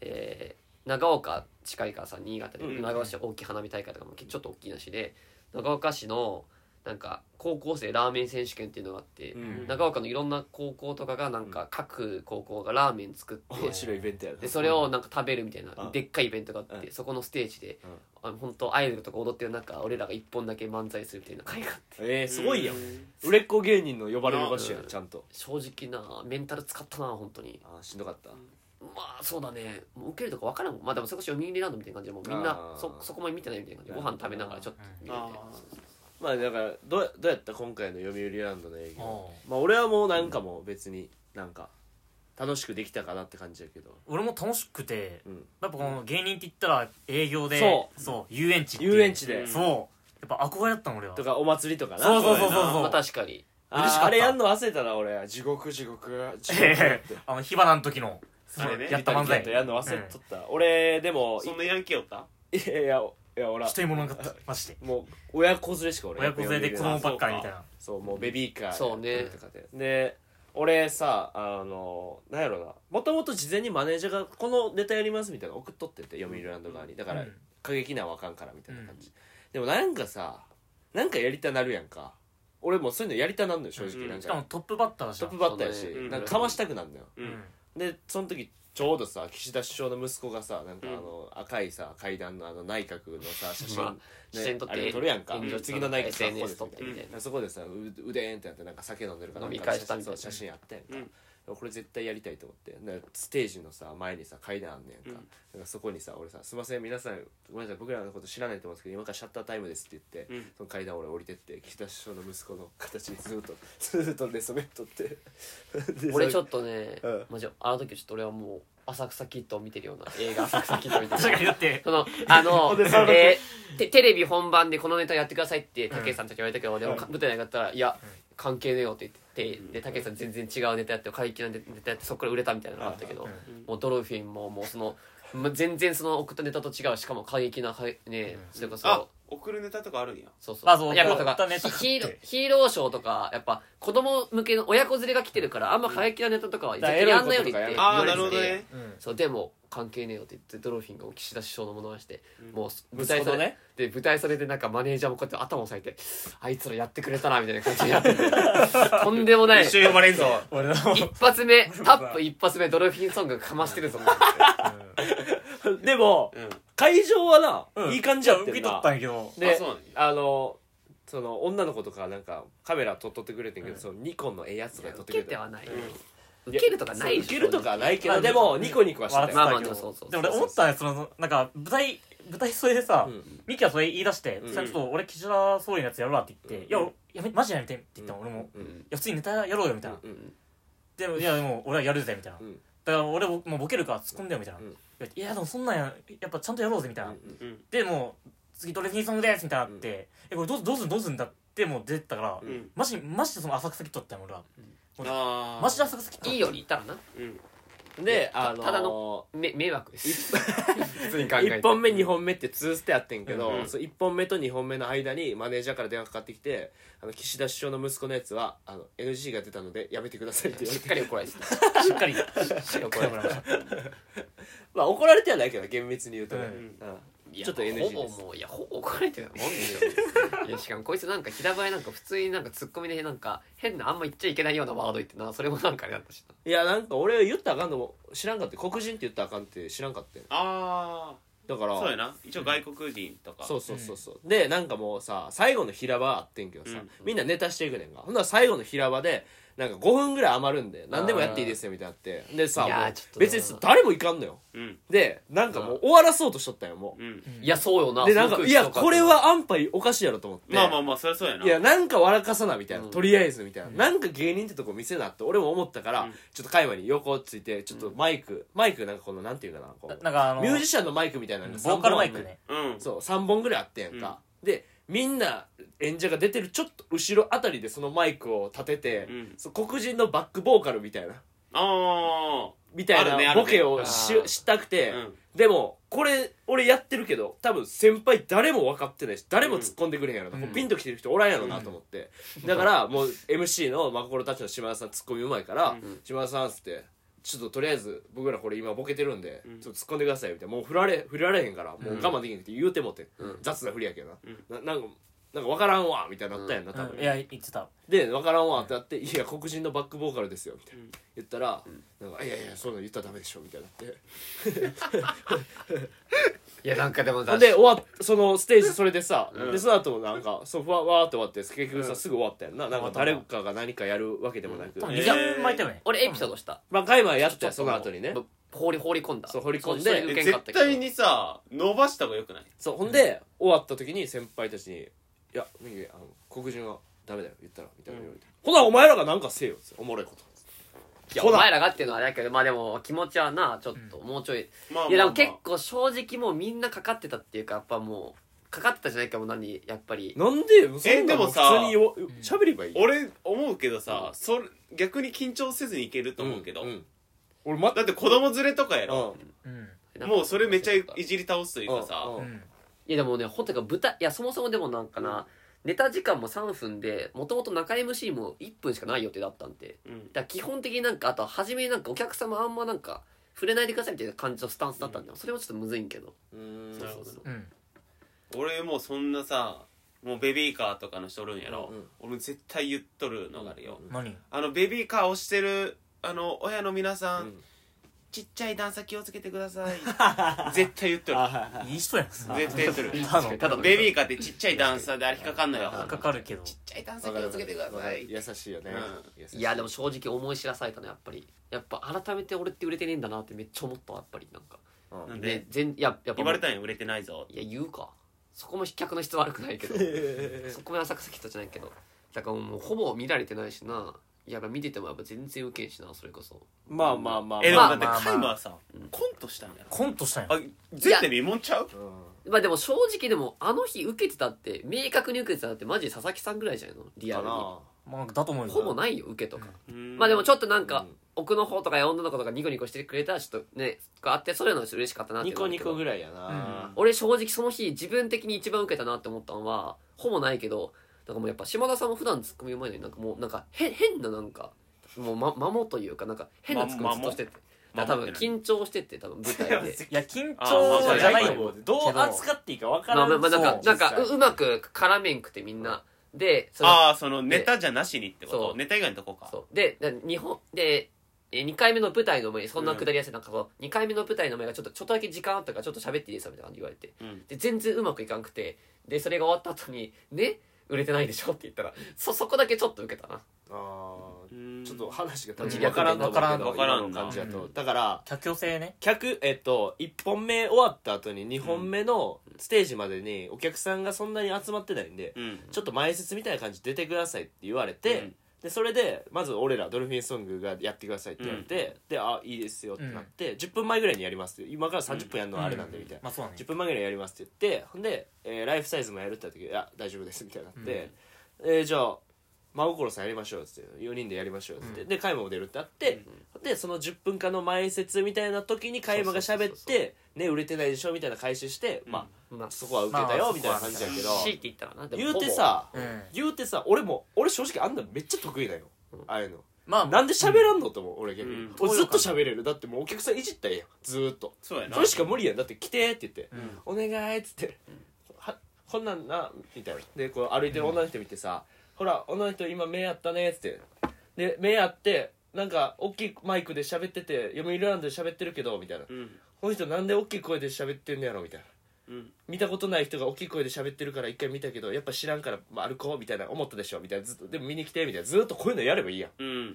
Speaker 4: えー長岡近いからさ新潟で、
Speaker 2: うん
Speaker 4: 長岡市大きい花火大会とかもちょっと大きいなしで長岡市のなんか高校生ラーメン選手権っていうのがあって、
Speaker 1: うん
Speaker 4: 長岡のいろんな高校とかがなんか各高校がラーメン作って、
Speaker 1: 面白いイベントやな
Speaker 4: でそれをなんか食べるみたいな
Speaker 1: うん
Speaker 4: でっかいイベントがあって、
Speaker 1: う
Speaker 4: そこのステージで、あの本当アイドルとか踊ってる中俺らが一本だけ漫才するみたいな会があって
Speaker 1: えーすごいやん
Speaker 2: うん
Speaker 1: 売れっ子芸人の呼ばれる場所や
Speaker 4: うん
Speaker 1: ちゃんと
Speaker 4: 正直なメンタル使ったな本当に
Speaker 1: あーしんどかった
Speaker 4: まあそうだねもう受けるとか分からんもんまあでもそれこそ読売ランドみたいな感じでもうみんな
Speaker 1: あー
Speaker 4: そそこまで見てないみたいな感じでご飯食べながらちょっと見るみたいな
Speaker 2: あ
Speaker 1: まあだからどうやどうやった今回の読売ランドの営
Speaker 3: あ
Speaker 1: 業
Speaker 3: ー
Speaker 1: まあ俺はもうなんかもう別になんか楽しくできたかなって感じやけど
Speaker 3: 俺も楽しくて
Speaker 1: うん
Speaker 3: やっぱこの芸人って言ったら営業で
Speaker 1: そう
Speaker 3: 遊園地っていう
Speaker 1: 遊園地で
Speaker 3: そうやっぱ憧れだったの俺は
Speaker 1: とかお祭りとかな
Speaker 3: そうそうそうそう
Speaker 4: ま
Speaker 3: そ
Speaker 4: あ
Speaker 3: う
Speaker 4: 確かに
Speaker 1: あ
Speaker 3: 嬉しかっ
Speaker 1: ー
Speaker 3: た
Speaker 1: あれやんの忘れたな俺地獄地獄地獄って
Speaker 3: (laughs) あの火花の時の
Speaker 2: あれね
Speaker 3: やった
Speaker 1: ち
Speaker 3: 漫
Speaker 1: ょっ
Speaker 3: 才
Speaker 1: とやんの忘れとった、俺でも
Speaker 2: そんなヤンキーおった
Speaker 1: いいやいやいや俺は
Speaker 3: 一人もなかったマ
Speaker 1: (laughs)
Speaker 3: ジで
Speaker 1: もう親子連れしか俺
Speaker 3: 親子連れで子供ばっかりみたい
Speaker 2: あ
Speaker 3: な
Speaker 1: そうもうベビーカー
Speaker 4: そうね
Speaker 1: とかでで俺さあのなんやろなもともと事前にマネージャーがこのネタやりますみたいなの送っとってて読売ランド側にだから
Speaker 3: うん
Speaker 1: 過激なんはあかんからみたいな感じ、でもなんかさなんかやりたなるやんか俺もそういうのやりたなんのよ正直、
Speaker 2: うん
Speaker 1: なん
Speaker 3: しかも
Speaker 1: か
Speaker 3: トップバッターじ
Speaker 1: ト
Speaker 3: ゃ
Speaker 1: ップ
Speaker 3: ん
Speaker 1: バッターやし、
Speaker 4: そう
Speaker 2: ねうん
Speaker 1: なんかかましたくなんのよ
Speaker 2: うんうん
Speaker 1: でその時ちょうどさ岸田首相の息子がさなんかあ
Speaker 2: うん
Speaker 1: の赤いさ階段のあの内閣のさ写
Speaker 4: まあ
Speaker 1: 真
Speaker 4: 写真撮って
Speaker 1: あれ撮るやんか
Speaker 4: 炎上
Speaker 1: 次の内閣さこうです
Speaker 4: SNS 撮ってみたいな
Speaker 1: うんそこでさううでーんってやってなんか酒飲んでるから
Speaker 4: 飲み会したみたいな
Speaker 1: 写真あったやんか、
Speaker 2: うん
Speaker 1: これ絶対やりたいと思ってなんかステージのさ前にさ階段あんねんか,、
Speaker 2: うん
Speaker 1: なんかそこにさ俺さ「すいません皆さんごめんなさい僕らのこと知らないと思うんですけど今からシャッタータイムです」って言って、
Speaker 2: うん
Speaker 1: その階段俺降りてって岸田首相の息子の形にずっとずっと寝そべっとってで
Speaker 4: 俺ちょ
Speaker 1: っ
Speaker 4: っとね
Speaker 1: うん
Speaker 4: マジあの時ちょっと俺はもう浅草キッドを見てるような映画浅草キッドみたい
Speaker 3: 確
Speaker 4: な
Speaker 3: かにだ
Speaker 1: (laughs)
Speaker 3: って
Speaker 4: その、あの、
Speaker 1: でその
Speaker 4: えーてテレビ本番でこのネタやってくださいって、たけしさんと言われたけど、でもか舞台なかったら、いや、関係ねえよって言って、で、たけしさん全然違うネタやって、怪奇なネタやって、そこから売れたみたいなのがあったけど、もうドルフィンも、もうその、ま全然その送ったネタと違う、しかも過激な、かね、それこ
Speaker 2: あ
Speaker 4: そ、
Speaker 2: 送るネタとかあるんや
Speaker 4: そうそう。
Speaker 3: あそう
Speaker 4: やっぱ
Speaker 3: 送ったネタ
Speaker 4: ヒーローヒーローショーとか、やっぱ子供向けの親子連れが来てるから、あんま過激なネタとかは
Speaker 1: ん
Speaker 4: 絶対やんないようにって
Speaker 1: だ
Speaker 4: 言
Speaker 1: から
Speaker 2: あ
Speaker 4: わ
Speaker 2: あ
Speaker 4: れ
Speaker 2: な
Speaker 4: て
Speaker 2: るほど
Speaker 4: て
Speaker 2: ね。
Speaker 3: うん
Speaker 4: そうでも関係ねえよって言ってドルフィンが岸田首相のものまねして、
Speaker 2: うん
Speaker 4: もう舞
Speaker 1: 息
Speaker 4: 台
Speaker 1: 子
Speaker 4: 袖、
Speaker 1: のね
Speaker 4: で舞台袖でなんかマネージャーもこうやって頭押さえてあいつらやってくれたなみたいな感じでやっててとんでもない
Speaker 2: 一生呼ばれんぞ
Speaker 3: 俺の
Speaker 4: 一発目タップ一発目ドルフィンソングかましてるぞ
Speaker 1: と (laughs) でも
Speaker 2: うん
Speaker 1: 会場はな、
Speaker 3: うん
Speaker 1: いい感じやって
Speaker 3: 受
Speaker 1: ん
Speaker 3: け取
Speaker 1: な
Speaker 3: ったんやけど
Speaker 1: で
Speaker 2: あそうなんや
Speaker 1: あのその女の子とかなんかカメラ撮っとってくれてんけど、
Speaker 3: うん
Speaker 1: そのニコンのええやつとか撮って
Speaker 4: 受
Speaker 1: く
Speaker 4: け
Speaker 1: れ
Speaker 4: て
Speaker 1: て
Speaker 4: はない、
Speaker 2: う
Speaker 4: 受けるとかないでしょ
Speaker 1: 受けるとかはないけ
Speaker 3: ま
Speaker 1: ど
Speaker 3: あ
Speaker 1: でもニコニコはしてたよ
Speaker 4: まあ
Speaker 3: 笑
Speaker 4: ま
Speaker 3: っ
Speaker 4: あ
Speaker 3: て
Speaker 4: で
Speaker 3: た
Speaker 4: も
Speaker 3: け
Speaker 4: そ
Speaker 3: ど
Speaker 4: うそう
Speaker 3: でも俺思ったねそのなんか舞台舞台それでさ
Speaker 1: うん
Speaker 3: ミキはそれ言い出して
Speaker 1: うん
Speaker 3: それこそ俺岸田総理のやつやろうなって言っ
Speaker 1: う
Speaker 3: て
Speaker 1: ん
Speaker 3: いや俺やめマジでやめてって言ったの俺も
Speaker 1: う
Speaker 3: い
Speaker 1: んうん
Speaker 3: や普通にネタやろうよみたいな
Speaker 1: うん
Speaker 3: でもいやでも俺はやるぜみたいな
Speaker 1: うん
Speaker 3: だから俺ももうボケるから突っ込んでよみたいな
Speaker 1: うん
Speaker 3: いやでもそんなんややっぱちゃんとやろうぜみたいなん
Speaker 2: んうん
Speaker 3: でもう次ドレフィンソングですみたいなのあってえこれどうすどうすんどうすんだってもう出てったから
Speaker 2: うん
Speaker 3: マジマジでその浅草キットだったよ俺は
Speaker 2: あー
Speaker 3: マジで浅草キット
Speaker 4: いいように言ったらな
Speaker 2: うん
Speaker 1: であのー
Speaker 4: ただめ迷惑です普通に考えて
Speaker 1: 1本目2本目って2ステあってんけど、
Speaker 2: うん
Speaker 1: そう1本目と2本目の間にマネージャーから電話かかってきてあの岸田首相の息子のやつはあの NG が出たのでやめてくださいって言わ
Speaker 4: し
Speaker 1: れ
Speaker 4: (laughs) ってかり怒られて
Speaker 1: (laughs)
Speaker 4: た
Speaker 3: しっかりし
Speaker 4: しっかり
Speaker 3: っ
Speaker 4: 怒
Speaker 3: から
Speaker 4: れて
Speaker 3: りもらいました
Speaker 1: まあ怒られてはないけど厳密に言うとね、
Speaker 3: う
Speaker 2: うん
Speaker 1: うん
Speaker 4: いや
Speaker 1: ちょっと NG です
Speaker 4: ほぼもういやほぼ怒られてるもんですよいやしかもこいつなんか平場へなんか普通になんかツッコミでなんか変なあんま言っちゃいけないようなワード言ってなそれもなんかあれだったし
Speaker 1: いやなんか俺言ったらあかんのも知らんかって黒人って言ったらあかんって知らんかって
Speaker 2: あ
Speaker 1: だから
Speaker 2: あそうやな一応外国人とか
Speaker 1: そうそうそうそう、でなんかもうさ最後の平場あってんけどさ、
Speaker 2: うん
Speaker 1: みんなネタしていくねんかほんなら最後の平場でなんか5分ぐらい余るんで何でもやっていいですよみたいになってでさ
Speaker 4: いやー
Speaker 1: もう
Speaker 4: ちょっとな
Speaker 1: 別にさ誰もいかんのよ
Speaker 2: うん
Speaker 1: でなんかもう終わらそうとしとったんよも
Speaker 2: うん
Speaker 4: いやそうよ
Speaker 1: う
Speaker 4: な
Speaker 1: でなん
Speaker 4: そ
Speaker 1: か
Speaker 4: の
Speaker 1: い
Speaker 4: 空気
Speaker 1: や
Speaker 4: とか
Speaker 1: これは安牌おかしいやろと思って
Speaker 2: まあまあまあそりゃそうやない
Speaker 1: やなんか笑かさなみたいな、
Speaker 4: うん
Speaker 1: とりあえずみたいな、なんか芸人ってとこ見せなって俺も思ったから、
Speaker 2: うん
Speaker 1: ちょっと会話に横ついてちょっとマイク、マイクなんかこのなんていうかなこう
Speaker 3: なんかあの
Speaker 1: ミュージシャンのマイクみたいなのが
Speaker 3: ボーカルマイクね
Speaker 2: うん
Speaker 1: そう3本ぐらいあってんやんか、でみんな演者が出てるちょっと後ろあたりでそのマイクを立てて、
Speaker 2: うん
Speaker 1: そう黒人のバックボーカルみたいな
Speaker 2: あ
Speaker 1: みたい
Speaker 2: あるね
Speaker 1: な
Speaker 2: あるね
Speaker 1: ボケをし,、
Speaker 4: あー
Speaker 1: したくて、
Speaker 2: あうん
Speaker 1: でもこれ俺やってるけど多分先輩誰も分かってないし誰も突っ込んでくれへんやろな、
Speaker 3: うん
Speaker 1: もうピンときてる人おらんやろなと思って、だからもう MC の真心たちの島田さんツッコミうまいから「
Speaker 2: うん
Speaker 1: 島田さん」っつって「ちょっととりあえず僕らこれ今ボケてるんで、
Speaker 2: うん
Speaker 1: ちょっと突っ込んでください」みたいなもう振られ振られへんからもう我慢できなくて言うてもって、
Speaker 4: うん
Speaker 1: 雑な振りやけどな,、
Speaker 2: うん
Speaker 1: ななんかなんか分からんわみたいになったやんな多分、
Speaker 3: うんいや言ってた
Speaker 1: で分からんわってなって「いや黒人のバックボーカルですよ」みたいな
Speaker 2: うん
Speaker 1: 言ったら「なんかいやいやそういうの言ったらダメでしょ」みたいになって。
Speaker 4: いやなんかでも
Speaker 1: ほん
Speaker 4: だ
Speaker 1: で
Speaker 4: し
Speaker 1: 終わっそのステージそれでさ、
Speaker 2: うん
Speaker 1: でその後なんかそうふわわーって終わって結局さ、
Speaker 2: うん
Speaker 1: すぐ終わったやんななんか誰かが何かやるわけでもなく、
Speaker 3: 多分
Speaker 2: え
Speaker 3: 二
Speaker 2: ー
Speaker 3: 時間巻いたよね
Speaker 4: 俺エピソードした
Speaker 1: まあカイマンやった
Speaker 4: ちょ
Speaker 1: よ
Speaker 4: っと
Speaker 1: その後にね
Speaker 4: もう放り放り込んだ
Speaker 1: そう放り込んで
Speaker 4: それ
Speaker 2: あ
Speaker 1: え
Speaker 4: 受けんかった
Speaker 2: 絶
Speaker 4: けど
Speaker 2: 対にさ伸ばした方がよくない
Speaker 1: そうほんで、終わった時に先輩たちに「いやミキあの黒人はダメだよ言ったら」みたいな言われて「ほなお前らがなんかせえよ」っつっておもろいこと
Speaker 4: いや
Speaker 1: ほ
Speaker 4: お
Speaker 1: な
Speaker 4: 前らがっていうのはあれだけどまあでも気持ちはなちょっともうちょい
Speaker 2: まあまあまあ
Speaker 4: いやでも結構正直もうみんなかかってたっていうかやっぱもうかかってたじゃないかもう何やっぱり
Speaker 1: なんでそんな
Speaker 2: で
Speaker 1: の
Speaker 2: も
Speaker 1: 普
Speaker 2: さ
Speaker 1: 通によ喋ればいい
Speaker 2: 俺思うけどさそれ逆に緊張せずにいけると思うけど
Speaker 1: んん俺待
Speaker 2: だって子供連れとかやろ
Speaker 3: うん
Speaker 2: もうそれめちゃいじり倒すというかさ
Speaker 1: うん
Speaker 3: うん
Speaker 4: いやでもね、ほんとか舞台、いやそもそもでもなんかな、ネタ時間も3分でもともと中 MC も1分しかない予定だったんで
Speaker 2: うん
Speaker 4: だから基本的になんかあと初めになんかお客様あんまなんか触れないでくださいみたいな感じのスタンスだったんで、それもちょっとむずいんけど、
Speaker 1: うーん
Speaker 4: そうそうそう
Speaker 3: うん
Speaker 2: 俺もうそんなさもうベビーカーとかの人おるんやろ、
Speaker 1: うんうん
Speaker 2: 俺絶対言っとるのがあるよ、
Speaker 1: うん
Speaker 3: 何
Speaker 2: あのベビーカー押してるあの親の皆さん、
Speaker 1: うん
Speaker 2: ちっちゃい段差気をつけてください絶対言っとる
Speaker 1: あはいはい
Speaker 3: い人やん
Speaker 2: (laughs)
Speaker 3: さ
Speaker 2: 絶対言っとる
Speaker 3: ただの
Speaker 4: ただの
Speaker 2: ベビーカーってちっちゃい段差であれ引っかかんのよ
Speaker 1: 引
Speaker 3: 引っか
Speaker 2: ち
Speaker 3: かるけど
Speaker 2: っちゃい段差気をつけてくだ
Speaker 1: わ
Speaker 2: さ
Speaker 1: か
Speaker 2: い
Speaker 1: る優しいよね
Speaker 2: う
Speaker 1: 優し
Speaker 4: いやでも正直思い知らされたのやっぱりやっぱ改めて俺って売れてねえんだなってめっちゃ思ったわやっぱりなんか、
Speaker 1: うん
Speaker 2: なんで
Speaker 4: ね、全いややっぱ
Speaker 2: 言われたんや売れてないぞ
Speaker 4: いや言うかそこも飛脚の質悪くないけどそこも浅くさきたじゃないけどだからもうほぼ見られてないしなやっぱ見ててもやっぱ全然ウケんしなそれこそ
Speaker 1: まあまあまあ
Speaker 2: えでも
Speaker 1: ま
Speaker 2: だって
Speaker 3: まあまあまあ
Speaker 2: カイムはさコントしたんやろ
Speaker 3: コントしたんや
Speaker 2: あ全然見もんちゃう
Speaker 1: あうん
Speaker 4: まあでも正直でもあの日受けてたって明確に受けてたってマジで佐々木さんぐらいじゃないのリア
Speaker 1: か
Speaker 4: ルに
Speaker 1: な
Speaker 3: まあだと思うよ
Speaker 4: ほぼないよ受けとか、ま
Speaker 2: ま
Speaker 4: あでもち
Speaker 2: ょっ
Speaker 4: ょっとなんか、
Speaker 1: うん
Speaker 4: 奥の方とか女の子とかニコニコしてくれたらちょっとねあってそれの嬉しかったなってい
Speaker 1: ニ
Speaker 4: うの
Speaker 1: コ
Speaker 4: はある
Speaker 1: ニ
Speaker 4: けど
Speaker 1: コぐらいやな
Speaker 4: 俺正直その日自分的に一番受けたなって思ったのはほぼないけどなんかもうやっぱ島田さんも普段ツッコミうまいのになんかもうなんかへ変ななんかもう、ま、マモというかなんか変なツッコミずっとしててだから多分緊張してて多分舞台で
Speaker 3: いや緊
Speaker 2: あまあ
Speaker 3: 張じゃない
Speaker 1: と
Speaker 3: よ
Speaker 1: 思うどう扱っていいかわか
Speaker 4: ま
Speaker 1: ら
Speaker 4: あまあまあなんか
Speaker 1: そう
Speaker 4: なんか
Speaker 1: 実際
Speaker 4: ううまく絡めんくてみんなでその
Speaker 2: ああーそのネタじゃなしにってこ
Speaker 4: そ
Speaker 2: と
Speaker 4: う
Speaker 2: ネタ以外のとこか
Speaker 4: そうでな日本で2回目の舞台の前にそんな下りやすいなんかそう2回目の舞台の前がちょっとちょっとだけ時間あったからちょっと喋っていいですかみたいな感じで言われて
Speaker 2: うん
Speaker 4: で全然うまくいかんくてでそれが終わった後に「ね売れてないでしょ」って言ったらそそこだけちょっと受けたな
Speaker 1: あー
Speaker 2: うん
Speaker 1: ちょっと話が多分
Speaker 4: うん
Speaker 1: 分からんと思うけど
Speaker 2: わからん
Speaker 1: 今の感じだと
Speaker 3: うん
Speaker 1: だから
Speaker 3: 客寄せね
Speaker 1: 客えっと1本目終わった後に2本目のステージまでにお客さんがそんなに集まってないんで
Speaker 2: うん
Speaker 1: ちょっと前説みたいな感じで出てくださいって言われて、
Speaker 2: うん
Speaker 1: でそれでまず俺らドルフィンソングがやってくださいって言われて、であいいですよってなって、10分前ぐらいにやりますって今から30分やるのはあれなんでみたいな、
Speaker 3: まあそうだね
Speaker 1: 10分前ぐらいやりますって言ってほんで、えーライフサイズもやるって言った時いや大丈夫ですみたいになって、えーじゃあ真心さんやりましょうっつって4人でやりましょうっつって、
Speaker 3: うん
Speaker 1: で加山も出るってなって、でその10分間の前説みたいな時に加山が喋
Speaker 4: そう
Speaker 1: っ
Speaker 4: そう
Speaker 1: てね売れてないでしょみたいな回収して、ま
Speaker 4: ま
Speaker 1: あ
Speaker 4: あ
Speaker 1: そこは受けた
Speaker 3: ま
Speaker 1: よ
Speaker 3: あ
Speaker 1: みたいな感じやけど、
Speaker 4: 強いて言ったらなでも
Speaker 1: 言うて
Speaker 4: ほぼ
Speaker 1: さ、
Speaker 3: うん
Speaker 1: 言うてさ俺も俺正直あんなのめっちゃ得意だよ、ああいうの
Speaker 3: まあ
Speaker 1: なんで喋らんのと思う俺逆に、
Speaker 2: うん
Speaker 1: 俺ずっと喋れるだってもうお客さんいじったらええやんずーっと
Speaker 2: そうやな
Speaker 1: それしか無理やんだって来てって言って
Speaker 3: う
Speaker 1: 「お
Speaker 3: ん
Speaker 1: 願い」っつって「はこんなんな」みたいなでこう歩いてる女の人見てさ「ほら女の人今目合ったね」っつってで目合ってなんか大きいマイクで喋ってて読売ランドで喋ってるけどみたいな
Speaker 2: うん
Speaker 1: この人なんで大きい声で喋ってんのやろみたいな
Speaker 2: うん
Speaker 1: 見たことない人が大きい声で喋ってるから一回見たけどやっぱ知らんから、まあ、歩こうみたいな思ったでしょみたいなずっとでも見に来てみたいなずっとこういうのやればいいやん
Speaker 2: うん
Speaker 3: うんい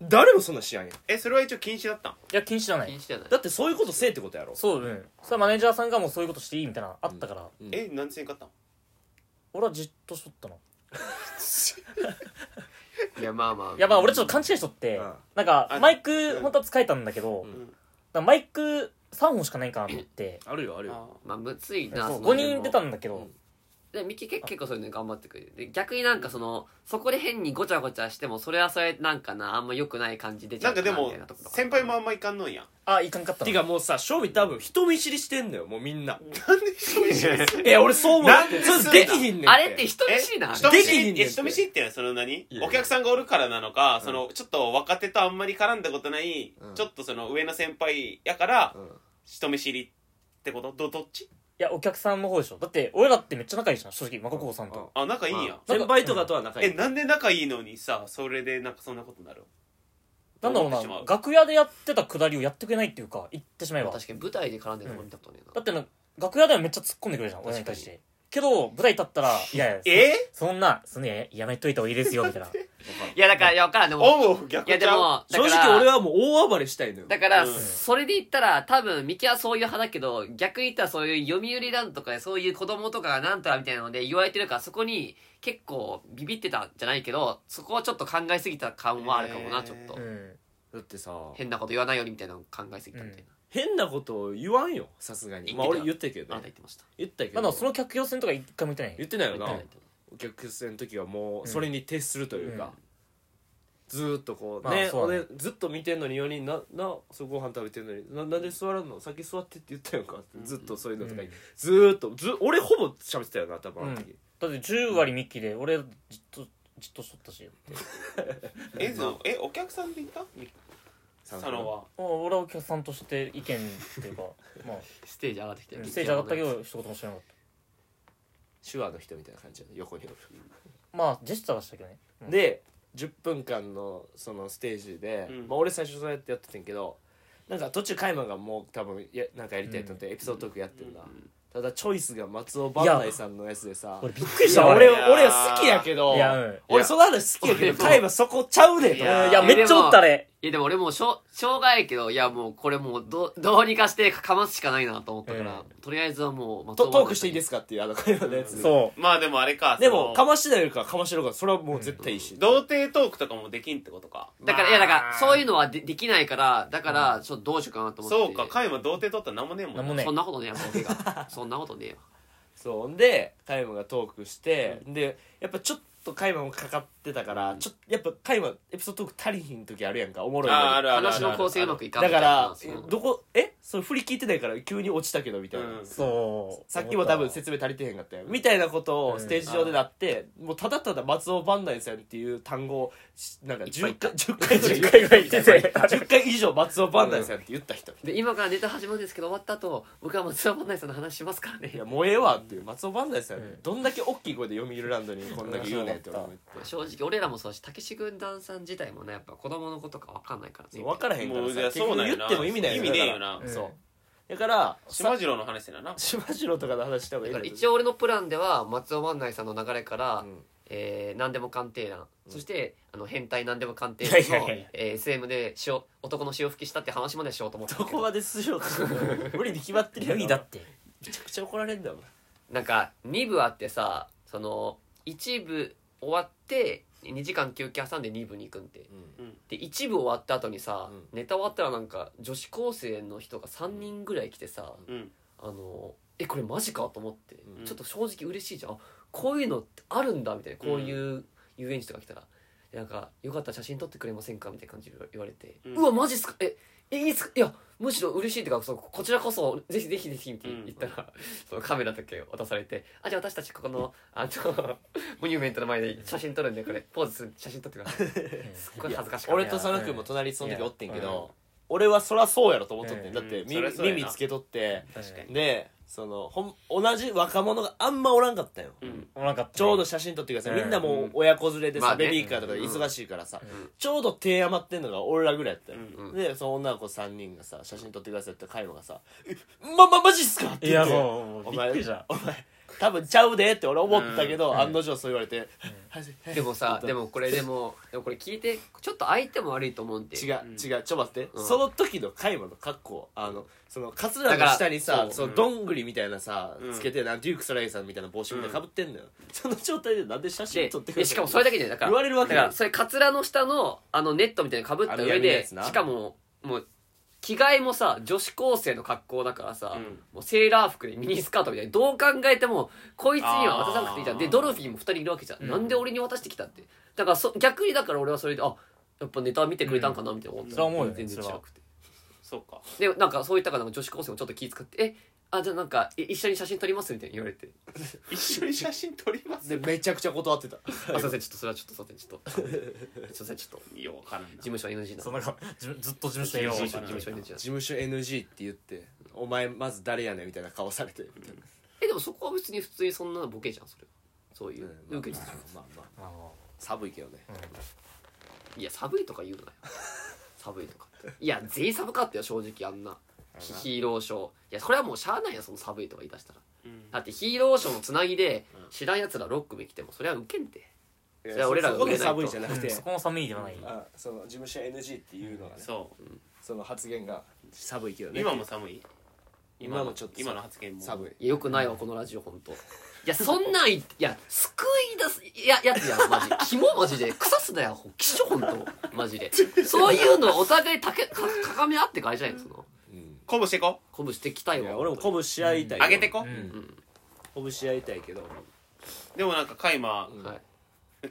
Speaker 1: 誰もそんなん知らんやん
Speaker 2: えそれは一応禁止だったん
Speaker 3: や禁止じゃない
Speaker 4: 禁止じゃない
Speaker 1: だってそういうことせえってことやろ
Speaker 3: そううんそれはマネージャーさんがもうそういうことしていいみたいなのあったから
Speaker 1: うん
Speaker 2: え何千円買ったん
Speaker 3: 俺はじっとしとったの
Speaker 4: いやまあまあ
Speaker 3: いやまあ俺ちょっと勘違いしとって
Speaker 1: うん
Speaker 3: なんか
Speaker 2: あ
Speaker 3: マイ
Speaker 2: う
Speaker 3: ク
Speaker 2: ん
Speaker 3: 本当は使えたんだけど
Speaker 1: う
Speaker 3: だ
Speaker 1: ん
Speaker 3: からマイク3本しかないかなと思って
Speaker 1: あるよあるよ
Speaker 4: まあむついなその
Speaker 3: 5人出たんだけ
Speaker 1: う
Speaker 3: ど
Speaker 1: ん
Speaker 4: でミキ結結構そういうの頑張ってくれるで逆になんかそのそこで変にごちゃごちゃしてもそれはそれなんかなあんま良くない感じ出ち
Speaker 2: な
Speaker 4: ゃうん
Speaker 2: かでも
Speaker 4: みたいなところ
Speaker 2: 先輩もあんまいかんのんや
Speaker 3: あいかんかった
Speaker 1: て
Speaker 3: な
Speaker 1: かもうさ正味多分人見知りしてんのよもうみんな
Speaker 2: なんで人見知りする
Speaker 1: え俺そう思う
Speaker 2: なんで
Speaker 1: それ
Speaker 2: すんの
Speaker 1: できひんねん
Speaker 4: あれって人見知りな
Speaker 2: え
Speaker 4: あ
Speaker 2: 人
Speaker 1: で
Speaker 2: 見
Speaker 1: きひんね
Speaker 2: 知
Speaker 1: ん
Speaker 2: りえ人見知りってのはその何
Speaker 1: やいや
Speaker 2: お客さんがおるからなのかそのちょっと若手とあんまり絡んだことない
Speaker 1: うん
Speaker 2: ちょっとその上の先輩やから
Speaker 1: うん
Speaker 2: 人見知りってことどどっち
Speaker 3: いやお客さんの方でしょだって俺らってめっちゃ仲いいじゃん正直真心さんと
Speaker 2: あ仲いいんや
Speaker 1: まあ先輩とかとは仲い
Speaker 2: え
Speaker 1: い
Speaker 2: なんで仲いいのにさそれでなんかそんなことになる
Speaker 3: なんだろう
Speaker 2: 思ってしま
Speaker 3: な
Speaker 2: う
Speaker 3: 楽屋でやってたくだりをやってくれないっていうか言ってしまえば
Speaker 4: 確かに舞台で絡んでるのも見たことねえ
Speaker 3: だってな楽屋ではめっちゃ突っ込んでくれるじゃん
Speaker 4: 確かに
Speaker 3: 俺に対してけど舞台立ったら「いやいや
Speaker 2: え
Speaker 3: そんなそんなややめといた方がいいですよ」みたいな
Speaker 4: ないやだからいやわからんでも
Speaker 2: オンオフ逆
Speaker 4: い
Speaker 2: じゃ
Speaker 4: や
Speaker 2: ん
Speaker 4: でもだ
Speaker 1: 正
Speaker 4: から
Speaker 1: 直俺はもう大暴れしたいのよ
Speaker 4: だから、
Speaker 2: うん
Speaker 4: それで言ったら、多分、ミキはそういう派だけど、逆に言ったらそういう読売ランドとかで、そういう子供とかがなんとかみたいなので言われてるから、そこに結構ビビってたんじゃないけど、そこはちょっと考えすぎた感はあるかも
Speaker 2: へ
Speaker 4: な、
Speaker 2: ー
Speaker 4: ちょっと
Speaker 3: う。ん
Speaker 1: だってさ
Speaker 4: 変なこと言わないようにみたいなの考えすぎたみたい
Speaker 1: 変なことを言わんよさすがにまあ俺言ってるけ
Speaker 4: な。あ
Speaker 1: ど
Speaker 4: なた
Speaker 1: ね
Speaker 4: 言ってました。
Speaker 1: 言ったけ
Speaker 3: まあでも
Speaker 1: ど
Speaker 3: その客寄せんとか一回も言ってな
Speaker 1: 言っ
Speaker 3: い
Speaker 1: てないよ
Speaker 4: 言っ
Speaker 1: な
Speaker 4: てない
Speaker 1: お客さんの時はもうそれに徹するというか、
Speaker 3: うん
Speaker 1: ずーっとこう
Speaker 3: まあ
Speaker 1: ね,、
Speaker 3: そうだね
Speaker 1: 俺ずっと見てんのに4人ななそうご飯食べてんのにななんで座らんの先座ってって言ったやんかってずっとそういうのとか、
Speaker 3: うん
Speaker 1: ずーっとず俺ほぼ喋ってたよな多分あの時、
Speaker 3: だって10割ミッキーで俺じっとじっとしとったし
Speaker 2: えそうえお客さんで行った
Speaker 1: 佐
Speaker 2: 佐野は
Speaker 3: まあ俺はお客さんとして意見っていうかまあ
Speaker 4: ステージ上がってきて
Speaker 3: ステージ上がったけど一言も知らなかっ
Speaker 1: 手話の人みたいな感じだね横におる
Speaker 3: たまあジェスチャーはしたけどねうん
Speaker 1: で10分間のそのステージで、
Speaker 2: うん
Speaker 1: まあ、俺最初そうやってやっててんけどなんか途中カイマンがもう多分やなんかやりたいと思ってエピソードトークやってんだ、ただチョイスが松尾万内さんのやつでさ
Speaker 3: 俺びっくり
Speaker 1: い
Speaker 3: し
Speaker 1: や
Speaker 3: たわ
Speaker 1: 俺
Speaker 3: 俺
Speaker 2: いや
Speaker 1: 俺は好きやけど
Speaker 3: いやうん
Speaker 1: 俺その話好きやけ
Speaker 4: いや
Speaker 1: どカイマンそこちゃうねん
Speaker 4: い
Speaker 1: と
Speaker 4: や
Speaker 3: うんいやめっちゃおったあれ
Speaker 4: いやでも俺もうしょ障害やけどいやもうこれもうどどうにかしてかますしかないなと思ったから、とりあえずはもうまあ
Speaker 1: トトークしていいですすかっていうあの会話のやつ
Speaker 3: そ
Speaker 2: まあでもあれか
Speaker 1: で
Speaker 2: その
Speaker 1: もかましてないよりかかましてるからそれはもう絶対いいし、
Speaker 2: 童貞トークとかもできんってことか
Speaker 4: だから、
Speaker 3: まあ
Speaker 4: いやだからそういうのはでできないからだからちょっとどうしようかなと思って
Speaker 2: そうか加山童貞取ったら何もねえもんな
Speaker 3: なんもね
Speaker 4: そんなことねえわボケが (laughs) そんなことねえわ
Speaker 1: そうほんでカイマがトークして、でやっぱちょっとカイマもかかってたから、ちょっとやっぱカイマエピソードトーク足りひん時あるやんかおもろいのに
Speaker 2: ああるあるあ
Speaker 4: 話
Speaker 2: る
Speaker 4: の
Speaker 2: ある
Speaker 4: 構成うまくいかん
Speaker 1: だから
Speaker 4: みたいなそう
Speaker 1: どこえそれ振り聞いてないから急に落ちたけどみたいな、
Speaker 2: うん
Speaker 3: うそう
Speaker 1: さっきも多分説明足りてへんかったよみたいなことをステージ上でなって、もうただただ松尾万内さんっていう単語をしなんか
Speaker 4: いっ
Speaker 1: 10
Speaker 4: ぱ
Speaker 1: 回
Speaker 4: い
Speaker 1: 10回
Speaker 3: 10回ぐらい言ってて
Speaker 1: 10回以上松尾万内さんって言った人、
Speaker 4: で今からネタ始まるんですけど終わった後僕は松山万内さんの話しますからね
Speaker 1: いやもうええわっていう松尾万内さん、
Speaker 3: うん
Speaker 1: どんだけ大きい声で読売ランドにこんだけ言うねんって俺も言って
Speaker 4: まあ正直俺らもそうだし武志軍団さん自体もねやっぱ子供のことか分かんないから
Speaker 1: そう分からへんから
Speaker 2: もうじゃあ
Speaker 1: さ結
Speaker 2: そう
Speaker 1: 局
Speaker 2: なん
Speaker 1: 言
Speaker 2: やな
Speaker 1: っても意味ない
Speaker 2: 意味ねえよな
Speaker 1: だから
Speaker 3: うん
Speaker 1: そうだから
Speaker 2: 島
Speaker 1: さ
Speaker 2: 次郎の話だな
Speaker 1: 島城とかの話した方がい
Speaker 4: だ
Speaker 1: いん
Speaker 4: から
Speaker 1: だ
Speaker 4: 一応俺のプランでは松尾万内さんの流れから、
Speaker 1: うん
Speaker 4: えー何でも鑑定団、そしてあの変態何でも鑑定
Speaker 3: いや
Speaker 4: 団
Speaker 3: い
Speaker 4: の
Speaker 3: やいや
Speaker 4: えー SM で塩男の潮吹きしたって話までしようと思ったん
Speaker 1: ど
Speaker 4: だけ
Speaker 1: こ
Speaker 4: ど
Speaker 1: まで出場か無理に決まってるや
Speaker 3: 無
Speaker 1: ろ
Speaker 3: 理だって
Speaker 1: めちゃくちゃ怒られんだもん
Speaker 4: なんか2部あってさその1部終わって2時間休憩挟んで2部に行くんでで1部終わった後にさ、
Speaker 1: う
Speaker 4: ネタ終わったらなんか女子高生の人が3人ぐらい来てさ、
Speaker 2: うん
Speaker 4: あのえこれマジかと思って、
Speaker 1: うん
Speaker 4: ちょっと正直嬉しいじゃんあこういうのってあるんだみたいなこういう遊園地とか来たら、でなんかよかったら写真撮ってくれませんかみたいな感じで言われて、
Speaker 2: う
Speaker 4: うんわマジっすかええいいっすかいやむしろ嬉しいっていうかそうこちらこそぜひぜひぜひって言ったら、 (laughs) そのカメラだけ渡されてあじゃあ私たちここのあの (laughs) モニュメントの前で写真撮るんでこれポーズする写真撮ってくださいすっごい恥ずかしかった
Speaker 1: 俺と佐野君も隣その時おってんけ
Speaker 3: いや
Speaker 1: ど俺はそらそうやろと思っとって
Speaker 3: うんん
Speaker 1: だって
Speaker 2: うんそりゃ
Speaker 1: 耳
Speaker 2: そうやな
Speaker 1: 耳つけとって
Speaker 3: 確かに
Speaker 1: でそのほん同じ若者があんまおらんかったよ
Speaker 2: うん
Speaker 3: おらんかった
Speaker 1: ちょうど写真撮ってください、
Speaker 3: うん
Speaker 1: みんなもう親子連れでさ、
Speaker 4: まあね
Speaker 1: ベビーカーとかで忙しいからさ、
Speaker 4: ん
Speaker 1: ちょうど手余ってんのが俺らぐらいやったよ、
Speaker 2: うん
Speaker 4: うん
Speaker 1: でその女の子3人がさ写真撮ってくださいってカイマがさ「えままマジっすか?」って
Speaker 3: い
Speaker 1: 言
Speaker 3: や
Speaker 1: って
Speaker 3: そう
Speaker 1: お
Speaker 3: びっ
Speaker 1: 前
Speaker 3: くりした
Speaker 1: お前多分ちゃうでって俺思ったけど、
Speaker 3: うん
Speaker 1: 案の定そう言われて、はいはい
Speaker 4: でもさ
Speaker 1: 本当
Speaker 4: でもこれでもでもこれ聞いてちょっと相手も悪いと思うんで
Speaker 1: 違う、
Speaker 2: うん
Speaker 1: 違うちょっと待って、
Speaker 4: うん
Speaker 1: その時のカイマの格好あのそのカツラ
Speaker 4: だか
Speaker 1: の
Speaker 4: ら
Speaker 1: 下にさ
Speaker 4: そう
Speaker 1: その
Speaker 2: うん
Speaker 1: どんぐりみたいなさ、
Speaker 2: うん
Speaker 1: つけてなんデュークスライさんみたいな帽子みたいなかぶってんのよ、その状態でなんで写真
Speaker 4: で
Speaker 1: 撮ってく
Speaker 4: で
Speaker 1: れ
Speaker 4: しかもそれだけじゃないだから
Speaker 1: 言われるわけ
Speaker 4: だか
Speaker 1: ない
Speaker 4: らそれカツラの下のあのネットみたいなの被った
Speaker 1: あの
Speaker 4: 上
Speaker 1: 闇のや
Speaker 4: で
Speaker 1: つな
Speaker 4: しかももう着替えもさ女子高生の格好だからさ、
Speaker 2: うん
Speaker 4: もうセーラー服でミニスカートみたいなどう考えてもこいつには渡さなくていいじゃん
Speaker 2: あー
Speaker 4: でドルフィンも2人いるわけじゃん、
Speaker 3: うん
Speaker 4: なんで俺に渡してきたってだからそ逆にだから俺はそれであやっぱネタ見てくれたんかなみたいな思った、
Speaker 3: うんそれは思うよね
Speaker 4: 全然違
Speaker 3: それは
Speaker 4: くて
Speaker 2: そうか
Speaker 4: でなんかそういったからなんか女子高生もちょっと気遣って「えあじゃあなんかい一緒に写真撮ります」みたいに言われて
Speaker 2: 一緒に写真撮ります
Speaker 1: でめちゃくちゃ断ってた
Speaker 4: 「あすいませんちょっとそれはちょっとすいませんちょっとすいませんちょっと
Speaker 2: いやわからんな
Speaker 4: 事務所 NG な
Speaker 3: そ
Speaker 4: の
Speaker 3: うなんかずずっと事務所にいよう
Speaker 4: 事
Speaker 2: 事
Speaker 4: 務
Speaker 2: 務
Speaker 4: 所
Speaker 2: 所
Speaker 4: 事
Speaker 2: 事
Speaker 4: 務
Speaker 2: 務所
Speaker 4: 所 NG なの
Speaker 1: 事務所 NG って言って「お前まず誰やねん」みたいな顔されてみたいな
Speaker 4: えでもそこは別に普通にそんなのボケじゃんそれはそういう
Speaker 1: うん
Speaker 4: 受けてた
Speaker 1: まあまあ
Speaker 3: あの
Speaker 1: 寒いけどね
Speaker 4: いや寒いとか言うな (laughs) よ寒いとかっていや全員寒かったよ正直あんなヒヒーローショーいやこれはもうしゃあないやその寒いとか言い出したら
Speaker 2: うん
Speaker 4: だってヒーローショーのつなぎで知らんやつらロック組来てもそれはウケんて
Speaker 1: い
Speaker 4: じゃあ俺らが
Speaker 1: そこで
Speaker 4: 受けないと
Speaker 1: 寒いじゃなくて
Speaker 3: そこも寒いではない
Speaker 1: あその事務所 NG っていうのがね
Speaker 2: そ
Speaker 1: その発言が寒いけど
Speaker 2: う
Speaker 1: ね
Speaker 2: 今も寒い
Speaker 1: 今もちょっと
Speaker 2: 今の発言も
Speaker 1: 寒い
Speaker 2: い
Speaker 4: いやよくないわこのラジオ本当いやそんなんいいや救い出すいややつやんマジ肝マジで腐すなよきしょ本当マジでそういうのはお互いたけか高め合ってからじゃないのその
Speaker 2: 鼓舞していこ
Speaker 4: 鼓舞していきたい
Speaker 1: いや
Speaker 4: わ
Speaker 1: 俺も鼓舞し合いたいけ
Speaker 2: う
Speaker 1: ど
Speaker 2: 上げてこ
Speaker 3: うん
Speaker 1: 鼓舞し合いたいけど
Speaker 2: でもなんかカイマ
Speaker 1: うん
Speaker 4: はい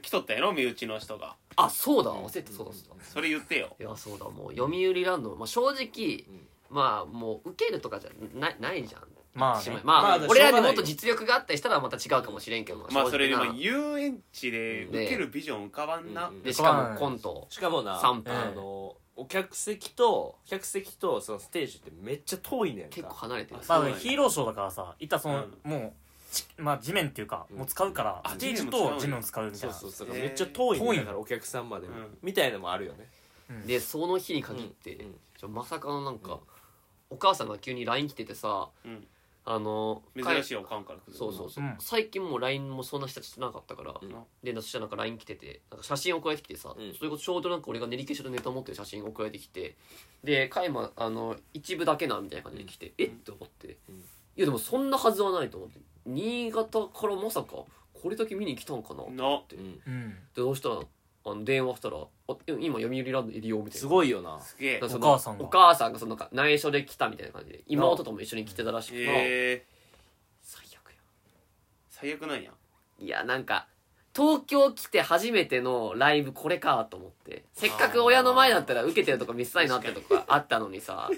Speaker 2: 来とったやろ身内の人が
Speaker 4: あそうだ忘れてたそうだそうだ
Speaker 2: それ言ってよ
Speaker 4: いやそうだもう読売ランド、まあ、正直、
Speaker 1: ん
Speaker 4: まあもう受けるとかじゃないないじゃん
Speaker 3: まあ、
Speaker 4: しま
Speaker 3: ね
Speaker 4: い、まあ、
Speaker 1: まあ
Speaker 4: 俺ら
Speaker 1: しょう
Speaker 4: に
Speaker 1: が
Speaker 4: も
Speaker 1: な
Speaker 4: っ
Speaker 1: い
Speaker 4: と実力があったりしたらまた違うかもしれんけど
Speaker 2: まあそれで
Speaker 4: も
Speaker 2: も遊園地で受けるビジョン浮かばんな、
Speaker 1: うん
Speaker 4: でしかもコント
Speaker 1: しかもな
Speaker 4: 3
Speaker 3: え
Speaker 4: 分
Speaker 1: あのお客席と客席とそのステージってめっちゃ遠いねんか
Speaker 4: 結構離れて
Speaker 2: あ
Speaker 4: る
Speaker 3: まあ
Speaker 2: そうなんや
Speaker 3: ヒーローショーだからさいったその、もうちまあ地面っていうか、
Speaker 1: うん
Speaker 3: もう使うから
Speaker 2: あ
Speaker 3: ステージ
Speaker 2: 地面も使う
Speaker 3: と
Speaker 2: の
Speaker 3: 地面を使うみたい
Speaker 1: そう
Speaker 3: な
Speaker 1: そう
Speaker 3: う
Speaker 1: そう、
Speaker 2: えー
Speaker 1: めっちゃ遠い,、ね、
Speaker 3: 遠い
Speaker 1: だからお客さんまでも、
Speaker 2: うん
Speaker 1: みたいなのもあるよね
Speaker 3: ん
Speaker 4: でその日に限って、
Speaker 1: うんうん
Speaker 4: ちょまさかのなんか、
Speaker 1: うん
Speaker 4: お母さんが急に LINE 来ててさ
Speaker 2: うん
Speaker 4: あの
Speaker 2: 珍しい
Speaker 4: よ
Speaker 2: おかんから来る
Speaker 4: そうそうそう、
Speaker 3: うん
Speaker 4: 最近もう LINE もそんな人たちしてなかったから、
Speaker 1: うん
Speaker 4: でそしたらなんか LINE 来ててなんか写真送られてきてさ、
Speaker 1: うん
Speaker 4: それこそちょうどなんか俺が練り消しのネタ持ってる写真送られてきてで加山あの一部だけなみたいな感じで来て、えっと思って、
Speaker 1: うん
Speaker 4: いやでもそんなはずはないと思って新潟からまさかこれだけ見に来たんかな、で
Speaker 2: の
Speaker 1: うん
Speaker 3: うん
Speaker 4: どうしたらあの電話したら「あ今読売ランドいるよ」みたい
Speaker 1: す
Speaker 4: な
Speaker 1: ごいよな
Speaker 2: すげえ
Speaker 4: なんかそ
Speaker 3: お母さんが
Speaker 4: お母さんがそのなんか内緒で来たみたいな感じで妹とも一緒に来てたらしくて
Speaker 2: えー、
Speaker 4: 最悪や
Speaker 2: 最悪なんや
Speaker 4: いやなんか東京来て初めてのライブこれかと思ってせっかく親の前だったら受けてるとこ見せたいなってとこがあったのにさ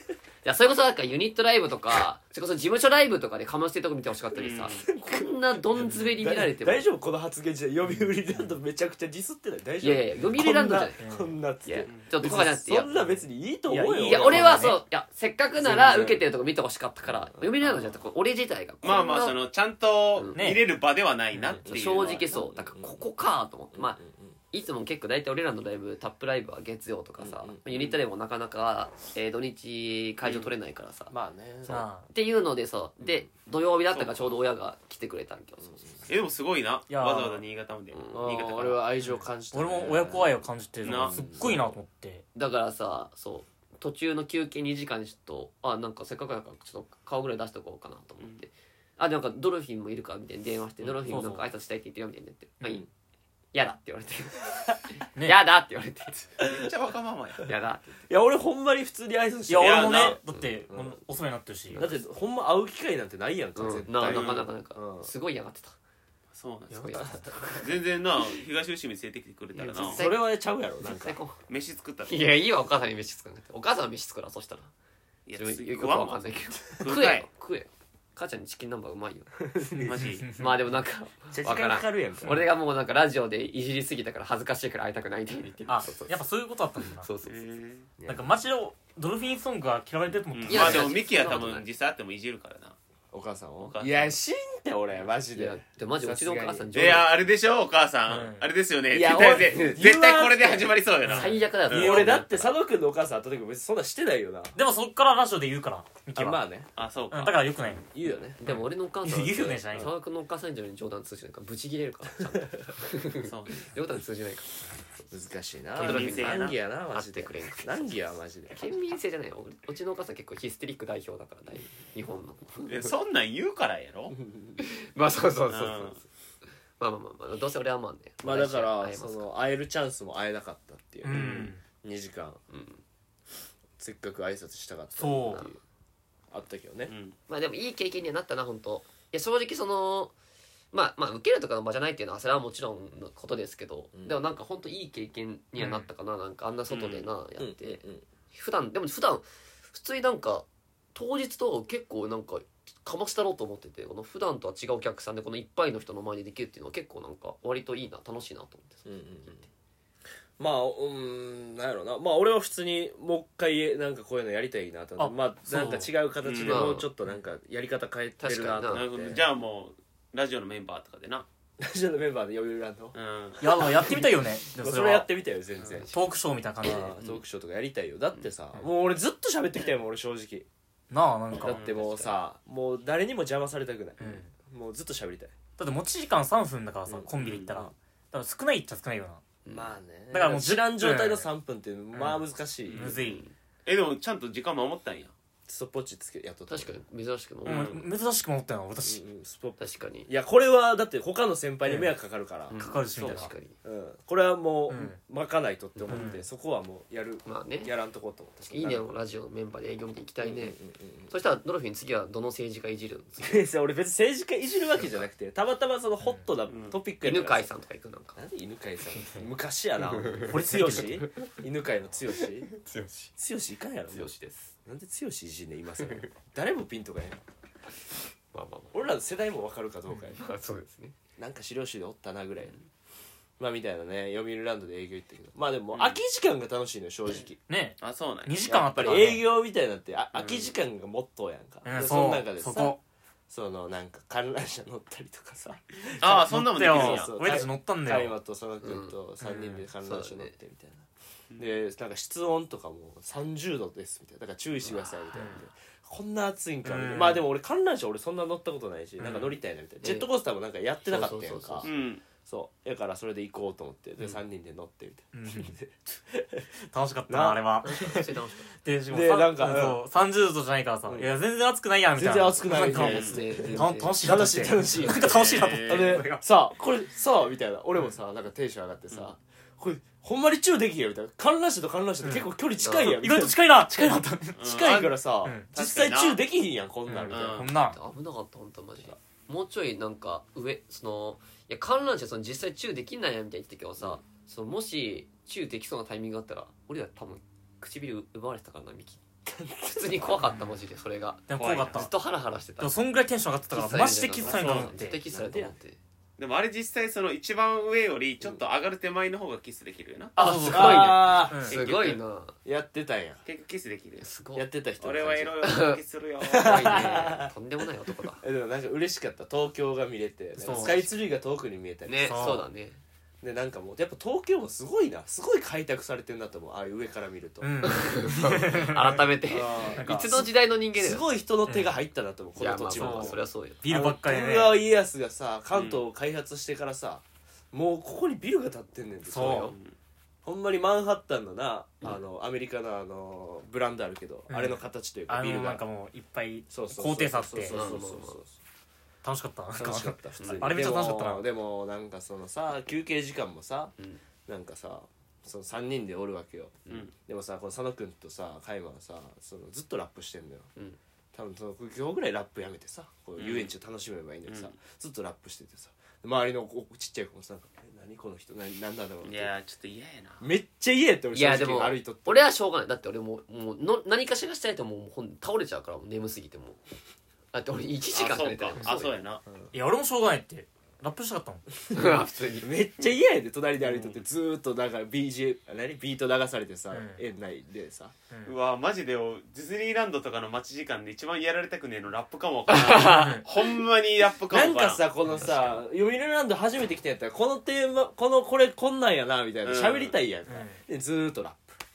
Speaker 4: いやそれこそなんかユニットライブとかそれこそ事務所ライブとかでかましてるとこ見てほしかったりさ、こんなどんずべり見られても
Speaker 1: だ大丈夫この発言じゃ読売ランドめちゃくちゃディスってない大
Speaker 4: い
Speaker 1: 丈夫
Speaker 4: やいや読売ランドじゃない
Speaker 1: こんなこんなっつっ
Speaker 4: いや
Speaker 1: て
Speaker 4: ちょっとここじゃなくていや
Speaker 1: そんな別にいいと思うよ
Speaker 3: い
Speaker 4: いや
Speaker 3: い
Speaker 4: 俺は
Speaker 3: そう
Speaker 4: そ
Speaker 3: だ
Speaker 4: ういやせっかくなら受けてるとこ見てほしかったから読売ランドじゃなくてこう俺自体がこんな
Speaker 2: まあまあそのちゃんと
Speaker 4: うん
Speaker 2: 見れる場ではないなっていうの
Speaker 4: 正
Speaker 2: は
Speaker 4: 直そうだからここかと思って、まあ
Speaker 1: うんうん
Speaker 4: いつも結構大体俺らのライブタップライブは月曜とかさ、
Speaker 1: うんうん
Speaker 4: ユニットでもなかなか、えー土日会場取れないからさ、っ
Speaker 1: まあね
Speaker 3: まあ
Speaker 4: ていうのでさで土曜日だったからちょうど親が来てくれたんけどそうそう
Speaker 2: えでもすごいない
Speaker 3: やー
Speaker 2: わざわざ新潟まで、
Speaker 4: うん
Speaker 2: 新潟
Speaker 1: あー
Speaker 2: から
Speaker 1: 俺は愛情感じたね
Speaker 3: 俺も親子愛を感じてるの
Speaker 2: な
Speaker 3: がすっごいなと思って
Speaker 4: だからさそう途中の休憩2時間にちょっとあなんかせっかくだからちょっと顔ぐらい出しとこうかなと思って、あでなんかドルフィンもいるからみたいに電話して、ドルフィンなんか挨拶したいって言ってるよみたいになって「
Speaker 3: ん
Speaker 4: あいいやだ」って言われて「
Speaker 1: (laughs)
Speaker 3: ね
Speaker 4: やだ」って言われて
Speaker 2: めっちゃわがままや
Speaker 4: 「やだ」って
Speaker 1: いや俺ほんまに普通に挨拶し
Speaker 3: い
Speaker 1: て
Speaker 3: や
Speaker 1: る
Speaker 3: 俺もね
Speaker 2: な
Speaker 3: だって、
Speaker 1: うん
Speaker 3: もうお世話になってるし
Speaker 1: だってほんま会う機会なんてないやんか、
Speaker 4: う
Speaker 1: (laughs)
Speaker 4: ん
Speaker 1: 絶対
Speaker 4: ななかなかなんか、
Speaker 1: うん
Speaker 4: すごい嫌がってた
Speaker 2: そうなんですす
Speaker 4: ごい嫌がってた
Speaker 2: 全然な東吉見連れてきてくれたら
Speaker 4: いや
Speaker 2: な
Speaker 4: 実際
Speaker 1: それはちゃうやろなん
Speaker 4: 絶
Speaker 1: か
Speaker 4: 対こ
Speaker 2: 飯作ったら
Speaker 4: ういやいいわお母さんに飯作らなくてお母さんは飯作らそしたら
Speaker 2: いや
Speaker 4: よ
Speaker 2: 食
Speaker 4: く
Speaker 2: わ
Speaker 4: わ
Speaker 2: ん
Speaker 4: か
Speaker 2: わ
Speaker 4: んないけど
Speaker 2: 食 (laughs) う
Speaker 4: 食え
Speaker 2: か
Speaker 4: よ
Speaker 2: い
Speaker 4: 食えよ母ちゃんにチキン南蛮うまいよ
Speaker 3: (laughs)
Speaker 2: マジ
Speaker 4: まあでもなんか
Speaker 1: 時
Speaker 4: わ
Speaker 1: 間
Speaker 4: から
Speaker 1: か
Speaker 4: ん
Speaker 1: かるやんか
Speaker 4: 俺がもうなんかラジオでいじりすぎたから恥ずかしいから会いたくないって言って
Speaker 3: あ
Speaker 4: そうそう
Speaker 3: やっぱそういうことだったんだな
Speaker 4: そうそう
Speaker 2: え
Speaker 4: そう
Speaker 2: ー
Speaker 3: なんかマジでドルフィンソングが嫌われてると思っ
Speaker 2: う
Speaker 3: た
Speaker 2: ん
Speaker 4: いや
Speaker 2: まあで
Speaker 4: い
Speaker 2: も
Speaker 4: や
Speaker 2: ミキは多
Speaker 4: そんなことない
Speaker 2: 分実際会ってもいじるからな
Speaker 1: お母さんを
Speaker 2: 母さん
Speaker 1: いや死んで俺マジ
Speaker 4: いや
Speaker 1: で
Speaker 4: でもマジうちのお母さん
Speaker 2: いやあれでしょお母さん、
Speaker 3: うん
Speaker 2: あれですよね
Speaker 1: いや
Speaker 2: 絶対
Speaker 1: 俺
Speaker 2: ぜ絶対これで始まりそうよな
Speaker 4: 最悪だよ
Speaker 2: うん
Speaker 4: もう
Speaker 1: 俺だって佐野君のお母さん会った時別にそんなしてないよな
Speaker 3: でもそっからラジオで言うからミキ
Speaker 1: あ
Speaker 3: は、
Speaker 1: まあね
Speaker 2: あそう
Speaker 3: う
Speaker 2: か
Speaker 3: ん、だからよくないの
Speaker 1: 言うよね
Speaker 4: でも俺のお母さん
Speaker 3: いや言うよねじゃない
Speaker 4: 佐野君のお母さん以上に冗談通じないからブチ切れるからちゃんと
Speaker 2: そう
Speaker 4: 冗談通じないか
Speaker 1: 難しいな
Speaker 2: 県民性やな
Speaker 1: 難儀やな
Speaker 4: ら
Speaker 1: マ
Speaker 4: 会っ
Speaker 1: ジ
Speaker 4: て
Speaker 1: で
Speaker 4: くれんから
Speaker 1: 難儀やマジで
Speaker 4: 県民性じゃないよ俺うちのお母さん結構ヒステリック代表だから大日本の
Speaker 2: えそんなん言うからやろ
Speaker 4: まあそうそうそううんそうまあまあまあ、まあ、どうせ俺はまあね
Speaker 1: まあだか
Speaker 4: 来週会
Speaker 1: ら
Speaker 4: えま
Speaker 1: そ
Speaker 4: す
Speaker 1: の会えるチャンスも会えなかったっていううん2時間
Speaker 4: うん
Speaker 1: せっかく挨拶したかった
Speaker 3: そ
Speaker 1: っ
Speaker 3: う
Speaker 1: ていうあったけどね
Speaker 2: うん
Speaker 4: まあでもいい経験にはなったな本当いや正直そのまあまあ受けるとかの場じゃないっていうのはそれはもちろんのことですけど、
Speaker 1: うん
Speaker 4: でもなんか本当いい経験にはなったかな、なんかあんな外でな、やって、
Speaker 1: うんうん
Speaker 4: 普段でも普段普通になんか当日とか結構なんかかましたろうと思っててこの普段とは違うお客さんでこのいっぱいの人の前でできるっていうのは結構なんか割といいな楽しいなと思っ
Speaker 1: う
Speaker 4: て
Speaker 1: んうんうんまあうんなんやろうなまあ俺は普通にもう一回なんかこういうのやりたいなと思って
Speaker 3: あ
Speaker 1: まあ
Speaker 3: そう
Speaker 1: なんか違う形で
Speaker 4: うん
Speaker 1: もうちょっとなんかやり方変えてるなと
Speaker 2: なる
Speaker 1: 思
Speaker 2: ほ
Speaker 1: っ
Speaker 2: ど
Speaker 1: て
Speaker 2: じゃあもうラジオのメンバーとかでな
Speaker 1: ラジオのメンバーで呼びランド
Speaker 2: うん
Speaker 3: いやでもやってみたいよねでも
Speaker 1: そ
Speaker 3: そ
Speaker 1: れ
Speaker 3: れ
Speaker 1: や
Speaker 3: は
Speaker 1: ってみたよ全然
Speaker 3: トークショーみたいな感じで
Speaker 1: ああトークショーとかやりたいよだってさもう俺ずっと喋ってきたよもん俺正直
Speaker 3: なあなんか
Speaker 1: だってもうさもう誰にも邪魔されたくない
Speaker 3: うん
Speaker 1: もうずっと喋りたい
Speaker 3: だって持ち時間3分だからさ、
Speaker 1: うん
Speaker 3: コンビで行ったら、
Speaker 1: うん
Speaker 3: だから少ないっちゃ少ないよ
Speaker 1: まあね
Speaker 3: だからもう
Speaker 1: 知らん状態の
Speaker 3: うん
Speaker 1: 3分ってまあ難しい
Speaker 3: なむずい、
Speaker 2: えでもちゃんと時間守ったんや
Speaker 1: ストップウォッチつけやっとった
Speaker 4: 確かに珍しくも、
Speaker 3: うん珍しく思ったよ私、
Speaker 1: うんうんストップ
Speaker 4: 確かに
Speaker 1: いやこれはだって他の先輩に迷惑かかるから
Speaker 3: かかるしみ
Speaker 4: そ
Speaker 3: た
Speaker 4: う
Speaker 3: いな
Speaker 4: 確かに
Speaker 1: うんこれはも
Speaker 3: うん
Speaker 1: う巻かないとって思っ
Speaker 3: う
Speaker 1: て
Speaker 3: ん
Speaker 1: そこはもうやる
Speaker 4: まあね
Speaker 1: やらんとこうと思って
Speaker 4: いいねラジオのメンバーで営業見ていきたいね、
Speaker 1: うんうんうん
Speaker 4: そしたらドルフィン次はどの政治家いじるんですか
Speaker 1: いや俺別に政治家いじるわけじゃなくてたまたまそのホットなトピックや
Speaker 4: 犬
Speaker 1: から
Speaker 4: 飼さんとか行くなんか
Speaker 1: なんで犬飼さん昔や
Speaker 4: (laughs)
Speaker 1: な
Speaker 3: こ
Speaker 1: こ
Speaker 3: れ
Speaker 1: れ強
Speaker 3: 強い
Speaker 1: し犬飼の強し
Speaker 3: 強し
Speaker 1: 強しいかんやろ
Speaker 4: です
Speaker 1: なんで強しいじんねん今さら誰もピンとかへん
Speaker 4: まあまあ
Speaker 1: 俺らの世代も分かるかどうかや
Speaker 4: まあまあそうですね
Speaker 1: なんか資料集でおったなぐらいやなまあみたいなね読売ランドで営業行ったけどまあでも空き時間が楽しいのよ正直
Speaker 3: ね
Speaker 2: あそうなん
Speaker 3: 2
Speaker 2: や
Speaker 3: 時間
Speaker 1: や
Speaker 3: あ
Speaker 1: っ
Speaker 3: っ
Speaker 1: ぱ
Speaker 3: た
Speaker 1: り
Speaker 3: からね
Speaker 1: 営業みたいなってあ空き時間がモットーやんか
Speaker 3: うん
Speaker 1: で
Speaker 3: そ
Speaker 1: の
Speaker 3: う
Speaker 1: 中で
Speaker 3: そ
Speaker 1: さ
Speaker 3: こ
Speaker 1: そのなんか観覧車乗ったりとかさ
Speaker 2: ああそんなもんできるん
Speaker 1: 乗
Speaker 2: や
Speaker 1: ってそうそう
Speaker 3: 俺たち乗ったんだ
Speaker 1: 大
Speaker 3: よ
Speaker 1: 麻と佐野君と3人で観覧車乗ってみたいな、
Speaker 2: ん
Speaker 1: でなんか室温とかも30度ですみたいなだから注意してくださいみたいな
Speaker 3: うわ
Speaker 1: こんな暑いんかみたいな、
Speaker 3: うん
Speaker 1: まあでも俺観覧車俺そんな乗ったことないし、
Speaker 3: うん
Speaker 1: なんか乗りたいなみたいなジェットコースターもなんかやってなかったやん
Speaker 4: そうそうそう
Speaker 1: か
Speaker 4: そう
Speaker 2: うん
Speaker 1: そうだからそれで行こうと思ってで
Speaker 3: うん
Speaker 1: 3人で乗ってみたい
Speaker 3: うん
Speaker 1: (laughs) で
Speaker 3: 楽しかった
Speaker 1: な
Speaker 3: なあれは
Speaker 4: めっちゃ楽しかっ
Speaker 3: でしかも
Speaker 1: で
Speaker 3: さ
Speaker 1: なんか
Speaker 3: そう30度じゃないからさ
Speaker 1: うん
Speaker 3: いや全然暑くないやんみたいな
Speaker 1: 全然暑くない
Speaker 3: んか
Speaker 1: いや
Speaker 4: たですね
Speaker 3: た楽しい
Speaker 1: な楽しい楽
Speaker 3: し
Speaker 1: しい
Speaker 3: なんか楽しいなと思っ
Speaker 2: え
Speaker 3: た
Speaker 2: ー
Speaker 3: それ
Speaker 1: で
Speaker 3: が
Speaker 1: さあこれさあみたいな俺もさなんかテンション上がってさ、これほんまにチューできんやみたいな観覧車と観覧車って結構距離近いやん
Speaker 3: 意
Speaker 1: みたい
Speaker 3: 外
Speaker 1: な、
Speaker 3: と近いな近いなと思って
Speaker 1: 近いかららさ、
Speaker 3: うん
Speaker 1: 実際チューできひんやんこんなんみたいな、
Speaker 3: こんな
Speaker 4: 危なかった本当マジでもうちょいなんか上そのいや観覧車その実際チューできないやみたいに言ってたけどさそのもしチューできそうなタイミングがあったら俺ら多分唇奪われてたからなミキ普通に怖かったマジでそれが
Speaker 3: でも怖かっ
Speaker 4: ずったとハラハラしてた
Speaker 3: でもそんぐらいテンション上がってたからマジでキスさんかなっ
Speaker 4: 絶対
Speaker 3: て
Speaker 4: キスされたと思って
Speaker 2: でもあれ実際その一番上よりちょっと上がる手前の方がキスできるよな
Speaker 4: あ
Speaker 3: そう
Speaker 4: すごいね
Speaker 1: あ
Speaker 3: うん
Speaker 4: すごいな
Speaker 1: ーやってたんや
Speaker 2: 結局キスできるよ
Speaker 4: すごい
Speaker 1: やってた人の
Speaker 2: 俺は
Speaker 1: 感じ
Speaker 2: いろいろキスするよ
Speaker 4: すごいねとんでもな
Speaker 1: (laughs)
Speaker 4: い男だ
Speaker 1: えでもなんか嬉しかった東京が見れてなんか
Speaker 3: そう
Speaker 1: スカイツリーが遠くに見えたり
Speaker 4: ね
Speaker 3: そう
Speaker 4: そうだね
Speaker 1: でなんかもうやっぱ東京もすごいなすごい開拓されてるなと思うああいう上から見ると、
Speaker 3: うん
Speaker 4: (laughs) 改めてい
Speaker 1: あ
Speaker 3: か
Speaker 4: つの時代の人間だ
Speaker 1: ーす
Speaker 4: よ
Speaker 1: ごい人の手が入ったなと思う、
Speaker 4: い
Speaker 1: こ
Speaker 4: や
Speaker 1: の
Speaker 4: ま
Speaker 1: 土
Speaker 4: あ
Speaker 1: 地
Speaker 4: まあ
Speaker 1: も
Speaker 4: そりゃそうよ
Speaker 3: ビルばっかりでね
Speaker 1: 徳川家康がさ関東を開発してからさ、もうここにビルが建ってんねんて
Speaker 3: そう
Speaker 1: よほんまにマンハッタンのな、あのアメリカのあのブランドあるけど、
Speaker 3: うん
Speaker 1: あれの形というか
Speaker 3: あ
Speaker 1: ビル
Speaker 3: の
Speaker 1: が
Speaker 3: なんかもういっぱい
Speaker 1: そうそうそう
Speaker 3: 高低差あっ
Speaker 1: そう
Speaker 3: て
Speaker 1: そうそうそう
Speaker 4: うん
Speaker 1: そう
Speaker 3: 楽しかったなん
Speaker 1: 楽しか
Speaker 3: か
Speaker 1: った普通に
Speaker 3: あれめっちゃ楽しかったな
Speaker 1: でもでもなんかそのさ休憩時間もさ、なんかさその3人でおるわけよ、
Speaker 2: ん
Speaker 1: でもさこの佐野君とさ加山はさそのずっとラップしてんのよ、
Speaker 4: うん
Speaker 1: 多分その今日ぐらいラップやめてさこう遊園地を楽しめばいいのにさ、ずっとラップしててさ周りのこうちっちゃい子もさ「なんかえ何この人何何なんだろう」っ
Speaker 2: い
Speaker 1: て
Speaker 2: やーちょっと嫌やな
Speaker 1: めっちゃ嫌やって俺
Speaker 4: いやで
Speaker 1: 正
Speaker 4: も
Speaker 1: 直歩いとって
Speaker 4: 俺はしょうがないだって俺もうもうの何かしらしたいともうもうほん倒れちゃうからもう眠すぎ
Speaker 1: (laughs)
Speaker 4: てもうだって俺1時間
Speaker 2: あそう
Speaker 4: 寝て
Speaker 2: か
Speaker 4: た
Speaker 2: あそう
Speaker 4: や
Speaker 2: やない
Speaker 3: や俺もしょう (laughs) がないってラップしたかったもん
Speaker 4: 普通に
Speaker 1: めっちゃ嫌やで隣で歩いとってずーっとなんか BG 何ビート流されてさ、
Speaker 3: うん
Speaker 1: 園内でさ
Speaker 2: うわマジでよディズニーランドとかの待ち時間で一番やられたくねえのラップかもわから
Speaker 1: (laughs)
Speaker 2: んほんまにラップかも
Speaker 1: な
Speaker 2: わ
Speaker 1: ん
Speaker 2: ら
Speaker 1: かさこのさ「読売ランド」初めて来たんやったらこのテーマこのこれこんなんやなみたいな
Speaker 2: うん
Speaker 1: 喋りたいやんか、
Speaker 3: うん
Speaker 1: でずーっとラップ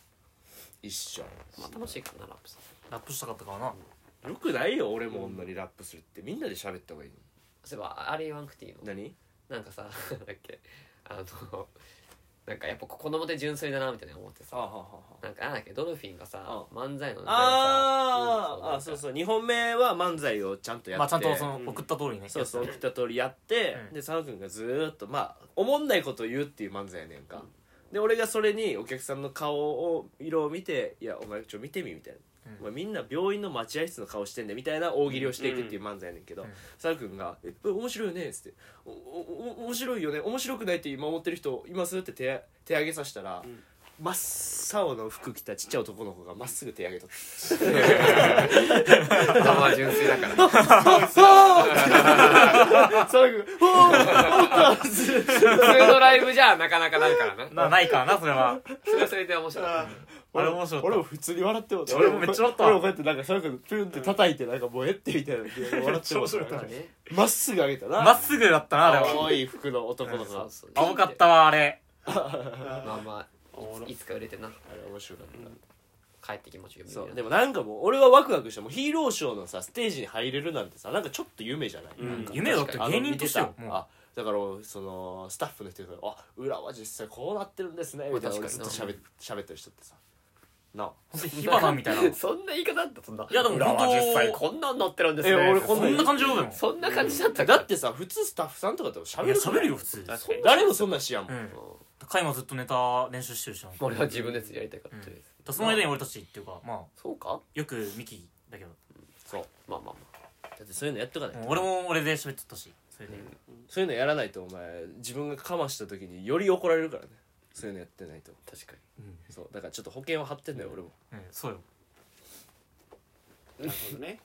Speaker 1: 一緒
Speaker 4: (laughs) まあ楽しいからなラップさ
Speaker 3: ラップしたかったからな
Speaker 1: よくないよ俺も女にラップするってみんなで喋った方がいいの
Speaker 4: そういえばあれ言わんくていいの
Speaker 1: 何
Speaker 4: なんかさ (laughs) なんだっけあのなんかやっぱ子供で純粋だなみたいな思って
Speaker 1: ああ
Speaker 4: さなんかなんだっけドルフィンがさ
Speaker 1: う
Speaker 4: 漫才の
Speaker 1: あーあそう
Speaker 4: う
Speaker 1: そう2本目は漫才をちゃんとやって、
Speaker 3: まあちゃんとその
Speaker 2: うん
Speaker 3: 送った通りにね
Speaker 1: そうそう送った通りやって、
Speaker 3: うん
Speaker 1: で佐野君がずーっとまあおもんないことを言うっていう漫才やねんか、で俺がそれにお客さんの顔を色を見て「いやお前ちょ見てみ」みたいな。
Speaker 3: うん
Speaker 1: お前みんな病院の待合室の顔してんでみたいな大喜利をしていくっていう漫才やねんけど、
Speaker 3: うん
Speaker 1: 佐野君が「ええ面白いよね」っつって「おおお面白いよね面白くないって今思ってる人います?」って手手上げさせたら、
Speaker 2: ん
Speaker 1: 真っ青の服着たちっちゃい男の子がまっすぐ手上
Speaker 4: (laughs)
Speaker 1: げとって
Speaker 4: 頭は純粋
Speaker 1: (laughs)
Speaker 4: だから
Speaker 1: 佐野君「おーおった!」
Speaker 4: 普通のライブじゃなかなかないからな
Speaker 3: なないからなそれ
Speaker 1: (laughs)
Speaker 3: は
Speaker 4: それはそれで面白い
Speaker 3: あれ面白か
Speaker 1: 俺
Speaker 3: っ
Speaker 1: も普通に笑ってもうた
Speaker 3: 俺もめっちゃ笑った
Speaker 1: 俺もこうやってなんかそれこそプンって叩いてなんかもうえってみたいな笑ってもうた
Speaker 3: めっちゃ面白かった
Speaker 4: ね
Speaker 1: まっすぐ上げた
Speaker 3: た
Speaker 1: な
Speaker 3: まっすぐだったなあれは
Speaker 1: 青い服の男の子
Speaker 4: そ
Speaker 1: あ
Speaker 4: うそう
Speaker 3: 青かったわあれ
Speaker 4: まあま
Speaker 2: おもろ
Speaker 4: あいつか売れてな
Speaker 1: れ面白かったな
Speaker 4: 帰ってきましょう
Speaker 1: そう
Speaker 4: よ
Speaker 1: でもなんかもう俺はワクワクしたもうヒーローショーのさステージに入れるなんてさなんかちょっと夢じゃない、
Speaker 2: ん
Speaker 1: なんか
Speaker 3: 夢だって
Speaker 1: あの
Speaker 3: 芸人としてよ
Speaker 1: 見
Speaker 3: もう
Speaker 1: たあだからそのスタッフの人が「あ裏は実際こうなってるんですね」みたいな
Speaker 4: ま
Speaker 1: 俺
Speaker 4: あ確
Speaker 1: ずっ
Speaker 4: か
Speaker 1: と
Speaker 4: に
Speaker 1: 喋っ喋ってる人ってさなあ
Speaker 3: ほんと火花みたい
Speaker 1: (laughs)
Speaker 3: な
Speaker 4: (laughs) そんな言い方だったそんない
Speaker 3: やでも
Speaker 4: 裏は
Speaker 3: 本当
Speaker 4: 実際こんなんなってるんですね
Speaker 1: え俺
Speaker 3: こんな感じよでも
Speaker 4: そんな感じだった
Speaker 1: だってさ普通スタッフさんとかと喋
Speaker 3: いや
Speaker 1: る
Speaker 3: 喋るよ普通
Speaker 2: 確かに
Speaker 1: 誰もそんなんしやんもん
Speaker 3: うん
Speaker 4: う
Speaker 3: カイマずっとネタ練習してるしなだか
Speaker 4: ん俺は自分のやつやりたいから
Speaker 3: うん
Speaker 4: とりあえず
Speaker 3: らその間に俺たちっていうかまあ
Speaker 4: そうか
Speaker 3: よくミキだけど
Speaker 1: そう
Speaker 4: まあまあま
Speaker 1: だってそういうのやっとかないと
Speaker 3: もう俺も俺で喋ってたしそれで
Speaker 1: そういうのやらないとお前自分がかました時により怒られるからねそういうのやってないと
Speaker 4: あ確か
Speaker 1: そうだからちょっと保険を張ってんだよ俺も
Speaker 3: うんそうよ
Speaker 2: なるほどね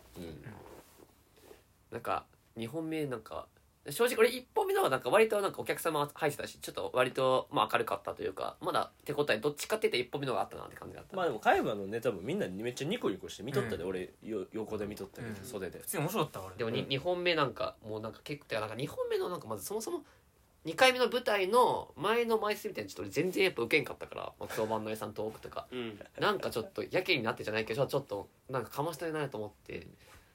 Speaker 4: なんか2本目なんか正直俺1本目の方がなんか割となんかお客様入ってたしちょっと割とまあ明るかったというかまだ手応えどっちかって言ったら1本目の方があったなって感じだった、
Speaker 1: まあでも海馬のネタもみんなめっちゃニコニコして見とったで、俺よ横で見とったけど、
Speaker 4: うん
Speaker 1: 袖で
Speaker 3: 普通に面白かったわ俺
Speaker 4: でも 2,、
Speaker 1: うん
Speaker 4: 二本目なんかもうなんか結構てかなんか2本目のなんかまずそもそも2回目の舞台の前の枚数みたいなちょっと俺全然やっぱ受けんかったから松尾万能さんと多く (laughs) とか
Speaker 2: うん
Speaker 4: なんかちょっとやけになってじゃないけどちょっとなんかかましたいなと思って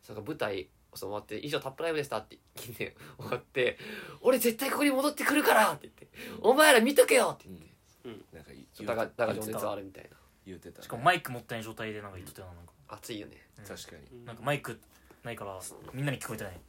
Speaker 4: その舞台その終わって「以上タップライブでした」って聞いて (laughs) 終わって「俺絶対ここに戻ってくるから!」って言って「お前ら見とけよ!」って言って
Speaker 1: なんか言
Speaker 4: ち
Speaker 1: う
Speaker 4: ょだがだが
Speaker 1: 言
Speaker 4: 情
Speaker 1: うて
Speaker 4: 熱はあるみたいな
Speaker 1: 言うてたね
Speaker 3: しかもマイク持ってない状態でなんか言っとったよななんか
Speaker 4: 熱いよね
Speaker 3: うん
Speaker 1: 確かに
Speaker 3: なんかマイクないからみんなに聞こえてない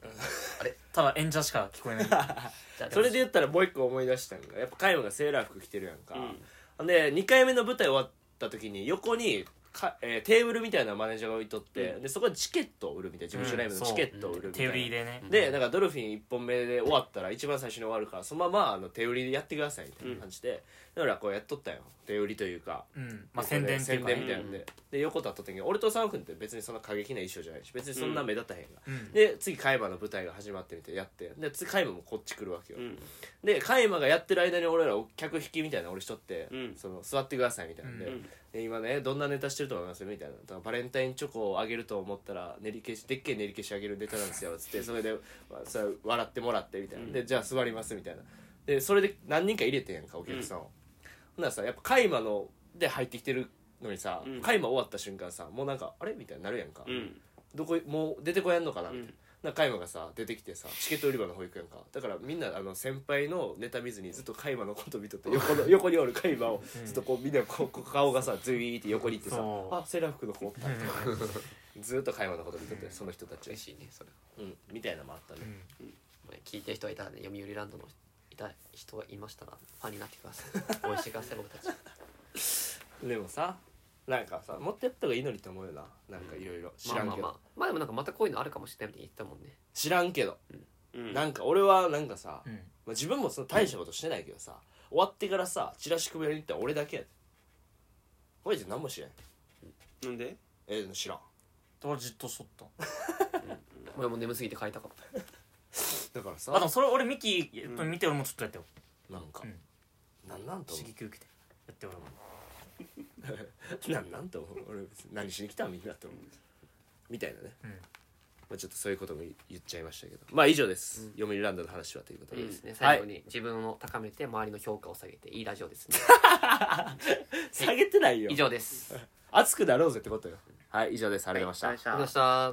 Speaker 4: あれ
Speaker 3: ただ演者しか聞こ (laughs) えない
Speaker 4: じゃあ
Speaker 1: それで言ったらもう一個思い出したんがやっぱ海馬がセーラー服着てるやんか、
Speaker 2: うん
Speaker 1: で2回目の舞台終わった時に横にか、えーテーブルみたいなマネージャーが置いとって、でそこにチケットを売るみたいな事務所ライブのチケットを売るみたい
Speaker 3: 手
Speaker 1: な、
Speaker 3: 売りでね
Speaker 1: でなんかドルフィン1本目で終わったら一番最初に終わるからそのままあの手売りでやってくださいみたいな感じで、だからこうやっとったよ手売りというか、
Speaker 3: うんまあ宣伝っていうか
Speaker 1: 宣伝みたいなんで、で横立っとったんやけど俺とサン君って別にそんな過激な衣装じゃないし別にそんな目立たへんが、
Speaker 3: うん
Speaker 1: で次カイマの舞台が始まってみてやってで次カイマもこっち来るわけよ、
Speaker 2: うん
Speaker 1: でカイマがやってる間に俺らお客引きみたいなの俺しとって、
Speaker 2: うん
Speaker 1: その座ってくださいみたいなんで,、
Speaker 2: うん
Speaker 1: で今ねどんなネタしてると思いますみたいなだからバレンタインチョコをあげると思ったら練り消しでっけえ練り消しあげるネタなんですよつってそれで、まあ、それ笑ってもらってみたいな、でじゃあ座りますみたいなでそれで何人か入れてんやんかお客さんを、ほんならさやっぱカイマので入ってきてるのにさ、
Speaker 2: うん
Speaker 1: カイマ終わった瞬間さもうなんかあれみたいになるやんか、
Speaker 2: うん
Speaker 1: どこもう出てこやんのかなみたいな,、
Speaker 2: うん
Speaker 1: なんかカイマがさ出てきてさチケット売り場の方行くやんかだからみんなあの先輩のネタ見ずにずっとカイマのこと見とって横の横におるカイマをずっとこうみんなこうこう顔がさズイーって横に行ってさ
Speaker 3: そう
Speaker 1: あセーラー服の子おったみたいな
Speaker 2: (laughs)
Speaker 1: ずっとカイマのこと見とってその人たちは
Speaker 4: 嬉、しいねそれ、
Speaker 1: うん、みたいなのもあったね、
Speaker 4: まあ聞いてる人がいたらね読売ランドのいた人がいましたらファンになってくだ (laughs) さい応援してください僕たち
Speaker 1: でもさなんかさ持ってやった方がいいのにって思うよななんかいろいろ知
Speaker 4: ま
Speaker 1: ら
Speaker 4: あ
Speaker 1: ん
Speaker 4: まあ
Speaker 1: けど、
Speaker 4: まあまあでもなんかまたこういうのあるかもしれないって言ってたもんね
Speaker 1: 知らんけど、
Speaker 2: うん
Speaker 1: なんか俺はなんかさ、
Speaker 3: うん
Speaker 1: まあ、自分もその大したことしてないけどさ終わってからさチラシ配りに行ったら俺だけやで俺じゃ何も知らん
Speaker 2: なんで
Speaker 1: えー、知らん
Speaker 3: だからじっとしとった
Speaker 4: 俺も眠すぎて帰りたかった
Speaker 1: だからさ
Speaker 3: あでもそれ俺ミキえっと見て俺もちょっとやったよ
Speaker 1: なんか、
Speaker 3: うん
Speaker 1: なんなんと
Speaker 3: 刺
Speaker 1: 思
Speaker 3: 激受けてやって俺も
Speaker 1: うなんなんと思う俺別に何しに来たんみんなと思うみたいなね、
Speaker 3: うん
Speaker 1: まあ、ちょっとそういうことも言っちゃいましたけどまあ以上です、読売ランドの話はということで、
Speaker 4: いいですね
Speaker 1: は
Speaker 4: 最
Speaker 1: い
Speaker 4: 後に自分を高めて周りの評価を下げていいラジオですね
Speaker 1: 下げてないよ
Speaker 4: 以上です
Speaker 1: 熱くなろうぜってことよはい以上ですあ
Speaker 4: あ
Speaker 1: りがとうございました、
Speaker 4: りがとうございました